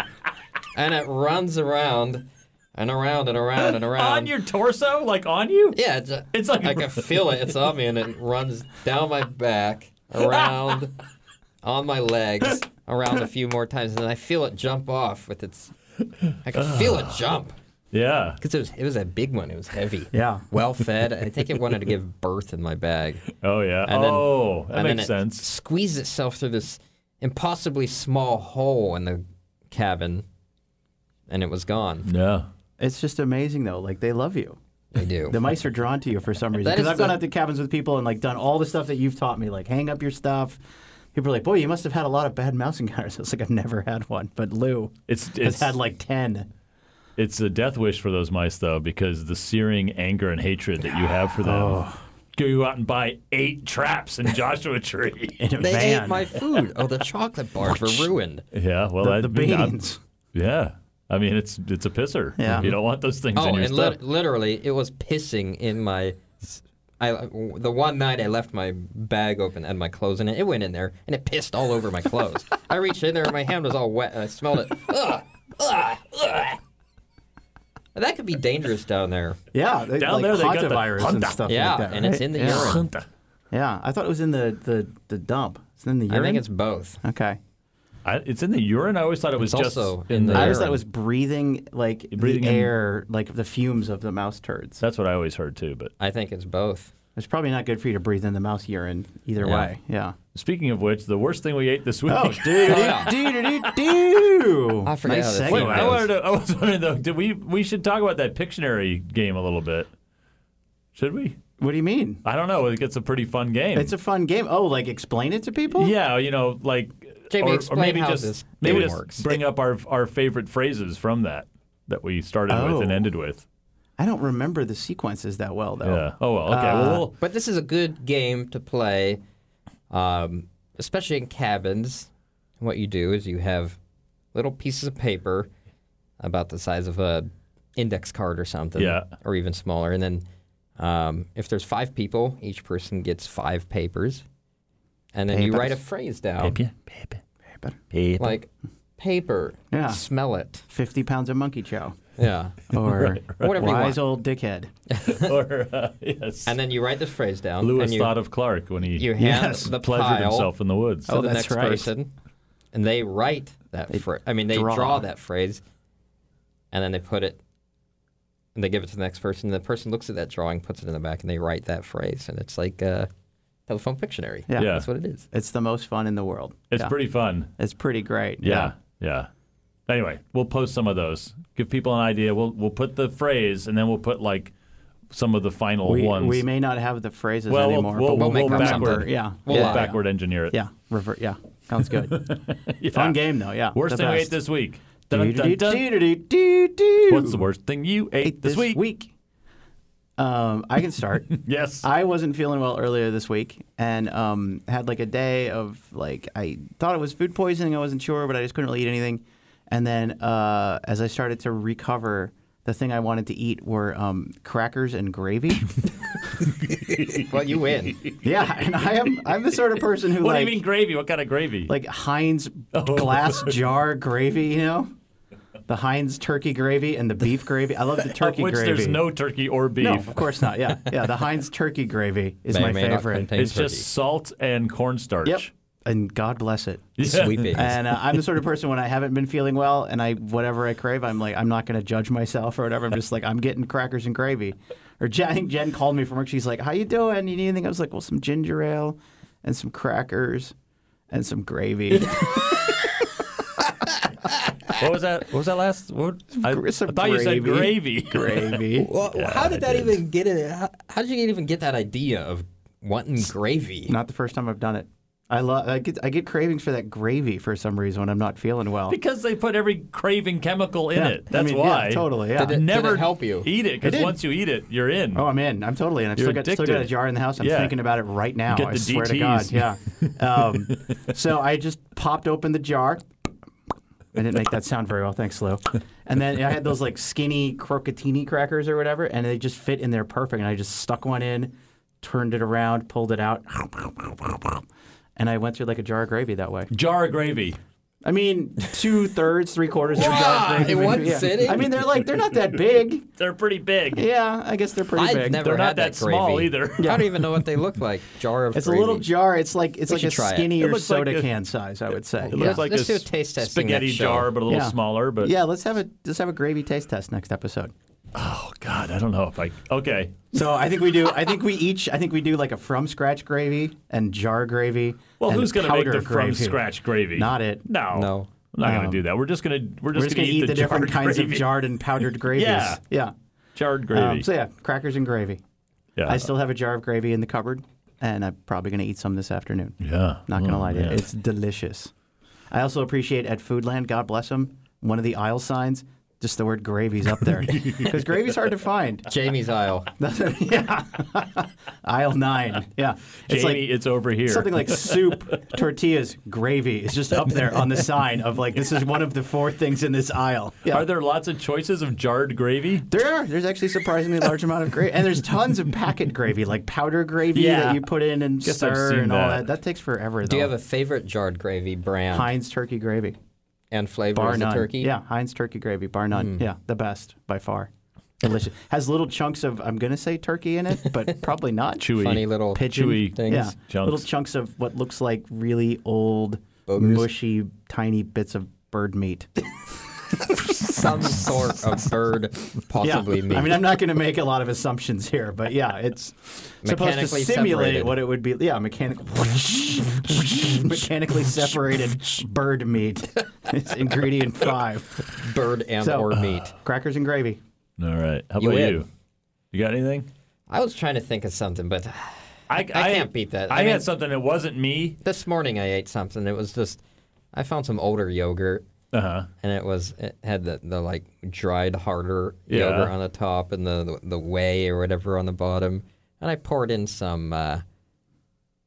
Speaker 2: and it runs around and around and around and around.
Speaker 1: on your torso? Like on you?
Speaker 2: yeah, it's, a-
Speaker 1: It's like-
Speaker 2: I can feel it. It's on me, and it runs down my back, around, on my legs, around a few more times, and then I feel it jump off with its. I can feel it jump
Speaker 1: Yeah.
Speaker 2: because it was it was a big one. It was heavy.
Speaker 3: Yeah.
Speaker 2: Well fed. I think it wanted to give birth in my bag.
Speaker 1: Oh, yeah.
Speaker 2: And then-
Speaker 1: oh, that
Speaker 2: and then
Speaker 1: makes
Speaker 2: it
Speaker 1: sense.
Speaker 2: Squeezed itself through this impossibly small hole in the cabin, and it was gone.
Speaker 1: Yeah.
Speaker 3: It's just amazing though. Like they love you.
Speaker 2: They do.
Speaker 3: The mice are drawn to you for some reason.
Speaker 2: That
Speaker 3: Because
Speaker 2: is
Speaker 3: I've gone
Speaker 2: the-
Speaker 3: out to cabins with people and like done all the stuff that you've taught me, like hang up your stuff. People are like, "Boy, you must have had a lot of bad mouse encounters." I was like, "I've never had one," but Lou
Speaker 1: It's
Speaker 3: has
Speaker 1: it's
Speaker 3: had like ten.
Speaker 1: it's a death wish for those mice though, because the searing anger and hatred that you have for them.
Speaker 3: Oh.
Speaker 1: Go out and buy eight traps in Joshua Tree.
Speaker 3: In a
Speaker 2: they
Speaker 3: van.
Speaker 2: ate my food. Oh, the chocolate bars were ruined.
Speaker 1: yeah, well,
Speaker 3: the,
Speaker 1: I'd
Speaker 3: the
Speaker 1: be- I'm-
Speaker 3: beans.
Speaker 1: yeah, I mean it's it's a pisser.
Speaker 3: Yeah.
Speaker 1: you don't want those things
Speaker 2: Oh,
Speaker 1: in your
Speaker 2: and
Speaker 1: stuff.
Speaker 2: lit literally, it was pissing in my. s- I, the one night I left my bag open and my clothes in it, it went in there and it pissed all over my clothes. I reached in there and my hand was all wet and I smelled it. Ugh, ugh, ugh. That could be dangerous down there.
Speaker 3: Yeah, they,
Speaker 1: Down
Speaker 3: like
Speaker 1: there they got the
Speaker 3: virus and
Speaker 1: Honda.
Speaker 3: stuff
Speaker 2: Yeah,
Speaker 3: like that.
Speaker 2: and it's
Speaker 3: right?
Speaker 2: in the
Speaker 3: yeah.
Speaker 2: urine.
Speaker 3: Yeah, I thought it was in the the, the dump. It's in the urine.
Speaker 2: I think it's both.
Speaker 3: okay.
Speaker 1: I, it's in the urine. I always thought it was just
Speaker 2: also in the
Speaker 3: I
Speaker 2: urine.
Speaker 3: always thought it was breathing like
Speaker 1: Breathing
Speaker 3: the
Speaker 1: in-
Speaker 3: air, like the fumes of the mouse turds.
Speaker 1: That's what I always heard too. But
Speaker 2: I think it's both.
Speaker 3: It's probably not good for you to breathe in the mouse urine either
Speaker 2: Yeah.
Speaker 3: way. Yeah.
Speaker 1: speaking of which, the worst thing we ate this week.
Speaker 3: Oh, do
Speaker 2: yeah.
Speaker 3: do do do do.
Speaker 2: I forgot
Speaker 3: nice
Speaker 2: how this
Speaker 1: Wait,
Speaker 3: segue.
Speaker 1: I wanted to, I was wondering though. Did we we should talk about that Pictionary game a little bit? Should we?
Speaker 3: What do you mean?
Speaker 1: I don't know. It gets a pretty fun game.
Speaker 3: It's a fun game. Oh, like explain it to people?
Speaker 1: yeah, you know, like
Speaker 2: Jamie,
Speaker 1: or, or
Speaker 2: explain
Speaker 1: maybe
Speaker 2: how
Speaker 1: just
Speaker 2: this
Speaker 1: maybe
Speaker 2: game
Speaker 1: just
Speaker 2: works.
Speaker 1: bring up our our favorite phrases from that that we started with and
Speaker 3: Oh.
Speaker 1: ended with.
Speaker 3: I don't remember the sequences that well though.
Speaker 1: Yeah. Oh well. Okay.
Speaker 3: Uh,
Speaker 1: well, we'll
Speaker 2: But this is a good game to play, um, especially in cabins. What you do is you have little pieces of paper about the size of a index card or something,
Speaker 1: Yeah.
Speaker 2: or even smaller. And then um, if there's five people, each person gets five papers, and then you
Speaker 3: Papers.
Speaker 2: write a phrase down
Speaker 1: paper,
Speaker 3: But
Speaker 2: like paper,
Speaker 3: Yeah.
Speaker 2: smell it,
Speaker 3: Fifty pounds of monkey chow.
Speaker 2: yeah,
Speaker 3: Or
Speaker 2: Whatever you want.
Speaker 3: wise old dickhead.
Speaker 1: or uh, yes.
Speaker 2: and then you write this phrase down.
Speaker 1: Lewis
Speaker 2: and you,
Speaker 1: thought of Clark when he
Speaker 2: you hand
Speaker 3: Yes,
Speaker 2: the
Speaker 1: pleasured
Speaker 2: pile
Speaker 1: himself in the woods.
Speaker 2: to
Speaker 3: Oh,
Speaker 2: the
Speaker 3: that's
Speaker 2: next
Speaker 3: right.
Speaker 2: person, and they write that. phrase. I mean, they draw.
Speaker 3: draw.
Speaker 2: that phrase, and then they put it, and they give it to the next person. And the person looks at that drawing, puts it in the back, and they write that phrase. And it's like uh, telephone Pictionary.
Speaker 3: Yeah.
Speaker 1: Yeah.
Speaker 2: that's what it is.
Speaker 3: It's the most fun in the world.
Speaker 1: it's
Speaker 3: Yeah.
Speaker 1: pretty fun.
Speaker 3: It's pretty great.
Speaker 1: Yeah. yeah. Anyway, we'll post some of those. Give people an idea. We'll we'll put the phrase and then we'll put like some of the final
Speaker 3: We,
Speaker 1: ones.
Speaker 3: we may not have the phrases
Speaker 1: well,
Speaker 3: anymore,
Speaker 1: we'll,
Speaker 3: but
Speaker 1: we'll,
Speaker 2: we'll
Speaker 1: we'll
Speaker 2: make up
Speaker 1: backward,
Speaker 3: remember. Yeah.
Speaker 1: We'll
Speaker 3: yeah.
Speaker 1: backward engineer it.
Speaker 3: Yeah. Revert. Yeah. Sounds good.
Speaker 1: Yeah.
Speaker 3: Fun game though. Yeah.
Speaker 1: Worst
Speaker 3: the
Speaker 1: thing we ate
Speaker 3: best.
Speaker 1: this week. Dun, dun, dun.
Speaker 3: Do-do-do-do-do-do-do.
Speaker 1: What's the worst thing you ate,
Speaker 3: Ate this week. Um, I can start.
Speaker 1: Yes.
Speaker 3: I wasn't feeling well earlier this week and um, had like a day of like, I thought it was food poisoning. I wasn't sure, but I just couldn't really eat anything. And then uh, as I started to recover, the thing I wanted to eat were um, crackers and gravy.
Speaker 2: Well, you win.
Speaker 3: yeah, and I am I'm the sort of person who
Speaker 1: what
Speaker 3: like
Speaker 1: do you mean gravy? What kind of gravy?
Speaker 3: like Heinz glass jar gravy, you know? the Heinz turkey gravy and the beef gravy. I love the turkey
Speaker 1: of which
Speaker 3: gravy.
Speaker 1: there's no turkey or beef.
Speaker 3: No, of course not. Yeah, yeah. The Heinz turkey gravy is
Speaker 2: May or
Speaker 3: my
Speaker 2: may not
Speaker 3: favorite.
Speaker 2: contain
Speaker 1: it's
Speaker 2: turkey.
Speaker 1: just salt and cornstarch.
Speaker 3: Yep. And God bless it.
Speaker 1: Yeah.
Speaker 2: sweeping.
Speaker 3: And uh, I'm the sort of person when I haven't been feeling well and I whatever I crave, I'm like I'm not going to judge myself or whatever. I'm just like I'm getting crackers and gravy. Or Jen, I think Jen called me from work. She's like, "How you doing? You need anything?" I was like, "Well, some ginger ale, and some crackers, and some gravy."
Speaker 1: What was that? What was that last? What, I,
Speaker 3: gr- some
Speaker 1: I thought you said
Speaker 3: gravy.
Speaker 1: gravy.
Speaker 3: gravy.
Speaker 2: Well, how did that even get it? How, how did you even get that idea of wanting gravy?
Speaker 3: Not the first time I've done it. I love. I get. I get cravings for that gravy for some reason when I'm not feeling well.
Speaker 1: because they put every craving chemical in
Speaker 3: Yeah.
Speaker 1: it.
Speaker 3: I
Speaker 1: That's
Speaker 3: mean, yeah,
Speaker 1: why.
Speaker 3: totally, yeah. Did
Speaker 2: it- did it
Speaker 1: Never
Speaker 2: help you?
Speaker 1: eat it
Speaker 3: It
Speaker 1: because
Speaker 3: did.
Speaker 1: once you eat it, you're in.
Speaker 3: Oh, I'm in. I'm totally in. I've still
Speaker 1: You're
Speaker 3: got, still got
Speaker 1: addicted.
Speaker 3: a jar in the house. I'm
Speaker 1: Yeah.
Speaker 3: thinking about it right now.
Speaker 1: Get
Speaker 3: I
Speaker 1: the
Speaker 3: swear
Speaker 1: DTs.
Speaker 3: to God. Yeah. Um, so I just popped open the jar. I didn't make that sound very well. Thanks, Lou. And then I had those like skinny crocatini crackers or whatever, and they just fit in there perfect. And I just stuck one in, turned it around, pulled it out, and I went through like a jar of gravy that way.
Speaker 1: Jar of gravy.
Speaker 3: I mean, two thirds, three quarters of a jar of
Speaker 2: Wow,
Speaker 3: gravy.
Speaker 2: in one
Speaker 3: Yeah.
Speaker 2: sitting?
Speaker 3: I mean, they're like they're not that big.
Speaker 1: They're pretty big.
Speaker 3: Yeah, I guess they're pretty
Speaker 2: I've
Speaker 3: big.
Speaker 2: never
Speaker 1: They're
Speaker 2: had
Speaker 1: not that,
Speaker 2: that
Speaker 1: small
Speaker 2: gravy.
Speaker 1: either.
Speaker 2: I don't even know what they look like. Jar of
Speaker 3: It's
Speaker 2: gravy.
Speaker 3: a little jar. It's like it's like
Speaker 2: should
Speaker 3: a
Speaker 2: try it.
Speaker 3: skinny
Speaker 1: It
Speaker 3: or
Speaker 1: looks like
Speaker 3: soda
Speaker 1: a-
Speaker 3: can size. I would say.
Speaker 1: It
Speaker 3: yeah.
Speaker 1: looks like
Speaker 2: Let's
Speaker 1: a,
Speaker 2: do a taste testing
Speaker 1: spaghetti
Speaker 2: next show.
Speaker 1: jar, but a little
Speaker 3: Yeah.
Speaker 1: smaller. But
Speaker 3: yeah, let's have a let's have a gravy taste test next episode.
Speaker 1: oh god, I don't know if I. Okay,
Speaker 3: So I think we do. I think we each. I think we do like a from scratch gravy and jar gravy.
Speaker 1: well,
Speaker 3: and
Speaker 1: who's gonna make
Speaker 3: powder
Speaker 1: the from
Speaker 3: gravy.
Speaker 1: scratch gravy?
Speaker 3: Not it.
Speaker 1: No,
Speaker 2: No.
Speaker 1: I'm not
Speaker 3: No.
Speaker 1: gonna do that. We're just gonna we're just,
Speaker 3: We're just gonna eat
Speaker 1: jar
Speaker 3: the, different kinds
Speaker 1: gravy.
Speaker 3: of jarred and powdered gravies.
Speaker 1: Yeah.
Speaker 3: yeah.
Speaker 1: jarred gravy.
Speaker 3: Um, so yeah, crackers and gravy.
Speaker 1: yeah,
Speaker 3: I still have a jar of gravy in the cupboard, and I'm probably gonna eat some this afternoon.
Speaker 1: yeah. Oh,
Speaker 3: Not gonna lie to you,
Speaker 1: man.
Speaker 3: it's delicious. I also appreciate at Foodland, God bless them. One of the aisle signs, just the word gravy's up there because gravy's hard to find.
Speaker 2: Jamie's aisle.
Speaker 3: That's what- yeah, aisle nine. Yeah,
Speaker 1: Jamie,
Speaker 3: it's like
Speaker 1: it's over here.
Speaker 3: something like soup, tortillas, gravy is just up there on the sign of like this is one of the four things in this aisle. Yeah.
Speaker 1: Are there lots of choices of jarred gravy?
Speaker 3: There are. There's actually surprisingly large amount of gravy, and there's tons of packet gravy, like powder gravy
Speaker 1: Yeah.
Speaker 3: that you put in and
Speaker 1: Guess I've
Speaker 3: stir
Speaker 1: seen
Speaker 3: and all that.
Speaker 1: that.
Speaker 3: That takes forever.
Speaker 2: Do you
Speaker 3: though.
Speaker 2: have a favorite jarred gravy brand
Speaker 3: Heinz turkey gravy?
Speaker 2: and flavor
Speaker 3: bar
Speaker 2: as
Speaker 3: none.
Speaker 2: a turkey? Hmm.
Speaker 3: Yeah, Heinz turkey gravy, bar none. Yeah, the best by far. Delicious. Has little chunks of I'm gonna say turkey in it, but probably not.
Speaker 1: Chewy.
Speaker 2: Funny little
Speaker 3: Pigeon.
Speaker 1: Chewy
Speaker 2: things.
Speaker 3: Yeah,
Speaker 1: Chunks.
Speaker 3: little chunks of what looks like really old, mushy, tiny bits of bird meat.
Speaker 2: Some sort of bird, possibly
Speaker 3: yeah.
Speaker 2: meat.
Speaker 3: I mean, I'm not going to make a lot of assumptions here, but yeah, it's supposed to
Speaker 2: Mechanically
Speaker 3: simulate
Speaker 2: separated.
Speaker 3: what it would be. Yeah, mechanical, mechanically separated bird meat. It's ingredient five.
Speaker 2: bird and
Speaker 3: So-
Speaker 2: or meat.
Speaker 3: Crackers and gravy.
Speaker 1: All right. How
Speaker 2: You
Speaker 1: about
Speaker 2: win.
Speaker 1: you? You got anything?
Speaker 2: I was trying to think of something, but
Speaker 1: I,
Speaker 2: can't beat that.
Speaker 1: I,
Speaker 2: I mean-
Speaker 1: had something that wasn't me.
Speaker 2: this morning I ate something. It was just I found some older yogurt
Speaker 1: Uh huh.
Speaker 2: and it was it had the, the like dried harder
Speaker 1: Yeah.
Speaker 2: yogurt on the top and the, the the whey or whatever on the bottom. And I poured in some uh,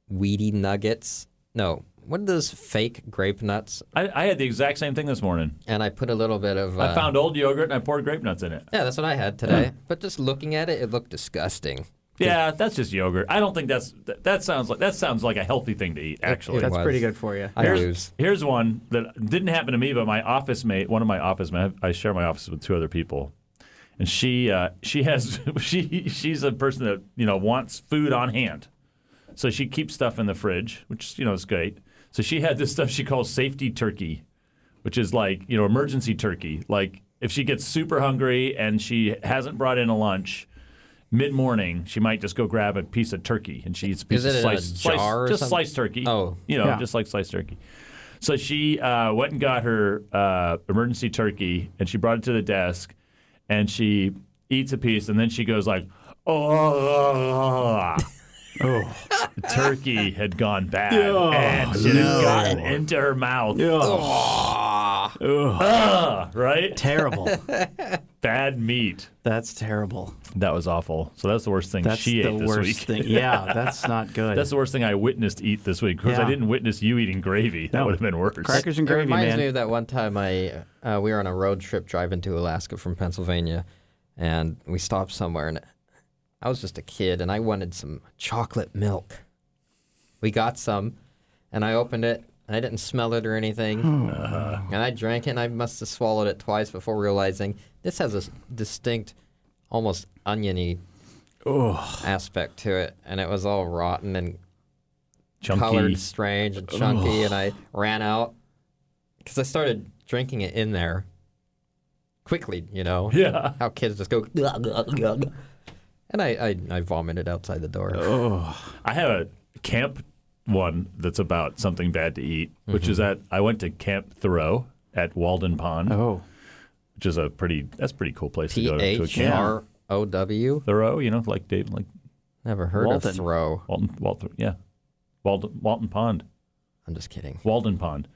Speaker 2: weedy nuggets. No, what are those fake grape nuts?
Speaker 1: I, I had the exact same thing this morning.
Speaker 2: And I put a little bit of. Uh,
Speaker 1: I found Hmm. old yogurt and I poured grape nuts in it.
Speaker 2: Yeah, that's what I had today. But just looking at it, it looked disgusting.
Speaker 1: Yeah, that's just yogurt. I don't think that's that, that sounds like that sounds like a healthy thing to eat. Actually,
Speaker 3: That's
Speaker 2: was.
Speaker 3: pretty good for you.
Speaker 2: I lose.
Speaker 1: here's one that didn't happen to me, but my office mate, one of my office mates, I share my office with two other people, and she uh, she has she she's a person that you know wants food on hand, so she keeps stuff in the fridge, which you know is great. So she had this stuff she calls safety turkey, which is like you know emergency turkey. Like if she gets super hungry and she hasn't brought in a lunch. Mid morning, she might just go grab a piece of turkey, and she eats a piece
Speaker 2: Is it
Speaker 1: of
Speaker 2: in a
Speaker 1: sliced, sliced-
Speaker 2: jar or
Speaker 1: just
Speaker 2: something?
Speaker 1: sliced turkey.
Speaker 2: Oh.
Speaker 1: you know,
Speaker 3: Yeah.
Speaker 1: just like sliced turkey. So she uh, went and got her uh, emergency turkey, and she brought it to the desk, and she eats a piece, and then she goes like, "Oh,
Speaker 3: Oh.
Speaker 1: the turkey had gone bad, and it
Speaker 3: no.
Speaker 1: had gotten into her mouth, Ugh, right?
Speaker 3: Terrible.
Speaker 1: Bad meat.
Speaker 3: That's terrible.
Speaker 1: That was awful. So that's the worst thing
Speaker 3: That's
Speaker 1: she
Speaker 3: the
Speaker 1: ate this
Speaker 3: worst
Speaker 1: week.
Speaker 3: thing. Yeah, that's not good.
Speaker 1: That's the worst thing I witnessed eat this week because
Speaker 3: Yeah.
Speaker 1: I didn't witness you eating gravy. That
Speaker 3: No.
Speaker 1: would have been worse.
Speaker 3: Crackers and
Speaker 2: it
Speaker 3: gravy,
Speaker 2: reminds
Speaker 3: man.
Speaker 2: me of that one time I uh, we were on a road trip driving to Alaska from Pennsylvania, and we stopped somewhere, and I was just a kid, and I wanted some chocolate milk. We got some, and I opened it, and I didn't smell it or anything.
Speaker 3: Uh-huh.
Speaker 2: And I drank it, and I must have swallowed it twice before realizing this has a s- distinct, almost oniony aspect to it. And it was all rotten and
Speaker 1: Chunky.
Speaker 2: colored strange and chunky, and I ran out because I started drinking it in there quickly, you know?
Speaker 1: Yeah.
Speaker 2: How kids just go, and I, I, I vomited outside the door.
Speaker 1: Oh, I have a camp one that's about something bad to eat, which is
Speaker 2: Mm-hmm.
Speaker 1: that I went to Camp Thoreau at Walden Pond,
Speaker 3: Oh,
Speaker 1: which is a pretty that's a pretty cool place to
Speaker 2: P
Speaker 1: go to, to a
Speaker 2: H E
Speaker 1: camp.
Speaker 2: R O W?
Speaker 1: Thoreau, you know, like Dave, like
Speaker 2: Never heard
Speaker 3: Walton.
Speaker 2: of throw.
Speaker 1: Walton, Walton, yeah, Walton, Walton Pond,
Speaker 2: I'm just kidding.
Speaker 1: Walden Pond.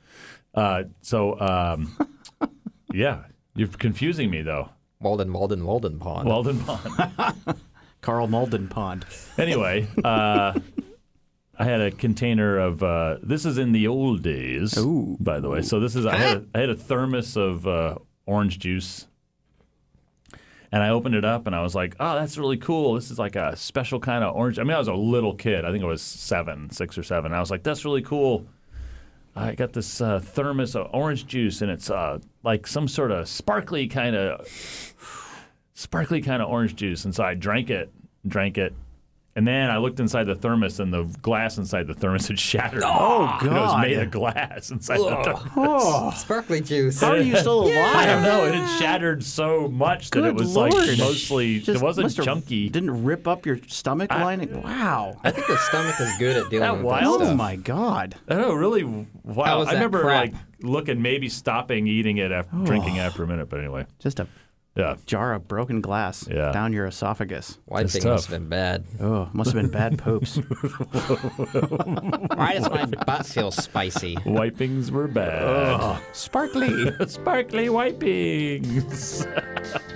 Speaker 1: Uh, so, um, yeah, you're confusing me though.
Speaker 2: Walden, Walden, Walden Pond.
Speaker 1: Walden Pond.
Speaker 3: Carl Malden Pond.
Speaker 1: Anyway, uh, I had a container of. Uh, this is in the old days,
Speaker 3: Ooh.
Speaker 1: by the way. So this is I had a, I had a thermos of uh, orange juice, and I opened it up and I was like, "Oh, that's really cool. This is like a special kind of orange." I mean, I was a little kid. I think I was seven, six or seven. I was like, "That's really cool." I got this uh, thermos of orange juice, and it's uh, like some sort of sparkly kind of sparkly kind of orange juice. And so I drank it, drank it, and then I looked inside the thermos, and the glass inside the thermos had shattered. Oh It was
Speaker 3: God.
Speaker 1: made of glass inside the thermos.
Speaker 2: Sparkly juice.
Speaker 3: How are you still
Speaker 1: I don't
Speaker 3: alive?
Speaker 1: know. It had shattered so much that it
Speaker 3: Good
Speaker 1: was
Speaker 3: Lord.
Speaker 1: like mostly it wasn't
Speaker 3: must have-
Speaker 1: chunky.
Speaker 3: Didn't rip up your stomach lining. Wow.
Speaker 2: I think the stomach is good at dealing
Speaker 1: That
Speaker 2: with
Speaker 1: wild?
Speaker 2: that
Speaker 3: Oh
Speaker 2: stuff.
Speaker 3: my God.
Speaker 1: I don't know, really. Wow.
Speaker 2: was
Speaker 1: I
Speaker 2: that
Speaker 1: remember
Speaker 2: crap?
Speaker 1: like looking, maybe stopping eating it after
Speaker 3: Oh.
Speaker 1: drinking after a minute. But anyway,
Speaker 3: Just a
Speaker 1: yeah.
Speaker 3: jar of broken glass
Speaker 1: Yeah.
Speaker 3: down your esophagus.
Speaker 2: Wiping
Speaker 1: That's
Speaker 2: thing
Speaker 1: tough.
Speaker 2: must have been bad.
Speaker 3: Oh, must have been bad poops.
Speaker 2: Why does my butt feel spicy?
Speaker 1: Wipings were bad.
Speaker 3: Sparkly.
Speaker 1: Sparkly wipings.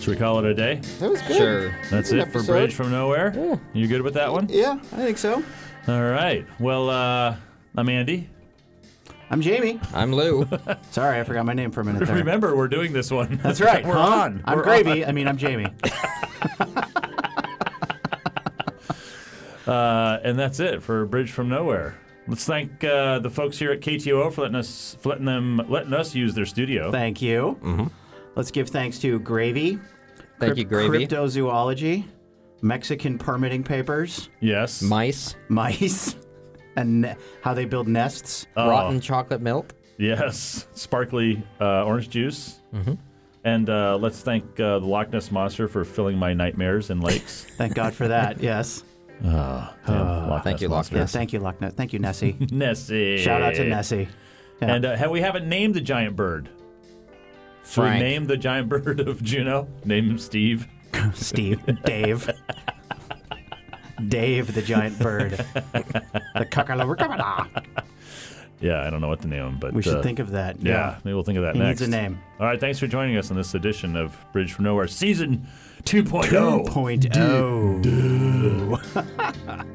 Speaker 1: Should we call it a day?
Speaker 4: That was good.
Speaker 2: Sure.
Speaker 1: That's
Speaker 4: Good
Speaker 1: it for
Speaker 4: episode.
Speaker 1: Bridge from Nowhere. You good with that one?
Speaker 4: Yeah, I think so.
Speaker 1: All right. Well, uh, I'm Andy.
Speaker 3: I'm Jamie.
Speaker 2: I'm Lou.
Speaker 3: Sorry, I forgot my name for a minute there.
Speaker 1: Remember, we're doing this one.
Speaker 3: That's right.
Speaker 1: we're
Speaker 3: huh?
Speaker 1: on.
Speaker 3: I'm
Speaker 1: We're
Speaker 3: Gravy. I mean, I'm Jamie.
Speaker 1: Uh, and that's it for Bridge from Nowhere. Let's thank uh, the folks here at KTO for letting us for letting them letting us use their studio.
Speaker 3: Thank you.
Speaker 1: Mm-hmm.
Speaker 3: Let's give thanks to Gravy.
Speaker 2: Thank
Speaker 3: Cryp-
Speaker 2: you, Gravy.
Speaker 3: Cryptozoology, Mexican permitting papers,
Speaker 1: yes.
Speaker 2: Mice.
Speaker 3: mice, and ne- how they build nests.
Speaker 1: Oh.
Speaker 2: Rotten chocolate milk.
Speaker 1: Yes, sparkly uh, orange juice.
Speaker 3: Mm-hmm.
Speaker 1: And uh, let's thank uh, the Loch Ness Monster for filling my nightmares and lakes.
Speaker 3: Thank God for that. yes.
Speaker 1: And Loch
Speaker 2: thank
Speaker 1: Ness
Speaker 2: you, Loch
Speaker 1: Monster.
Speaker 3: Yeah,
Speaker 2: Yes.
Speaker 3: Uh, thank you, Loch Ness. Thank you, Nessie.
Speaker 1: Nessie.
Speaker 3: Shout out to Nessie. Yeah.
Speaker 1: And uh, ha- we haven't named the giant bird. So we
Speaker 2: Frank.
Speaker 1: named the giant bird of Juno. Name him Steve.
Speaker 3: Steve, Dave, Dave the giant bird, the cuckalabricabada.
Speaker 1: Yeah, I don't know what to name him, but
Speaker 3: We should
Speaker 1: uh,
Speaker 3: think of that.
Speaker 1: Yeah, maybe we'll think of that
Speaker 3: He
Speaker 1: next.
Speaker 3: needs a name.
Speaker 1: All right, thanks for joining us on this edition of Bridge oh.
Speaker 3: oh.
Speaker 1: from Nowhere, Season 2.0.
Speaker 3: Point oh.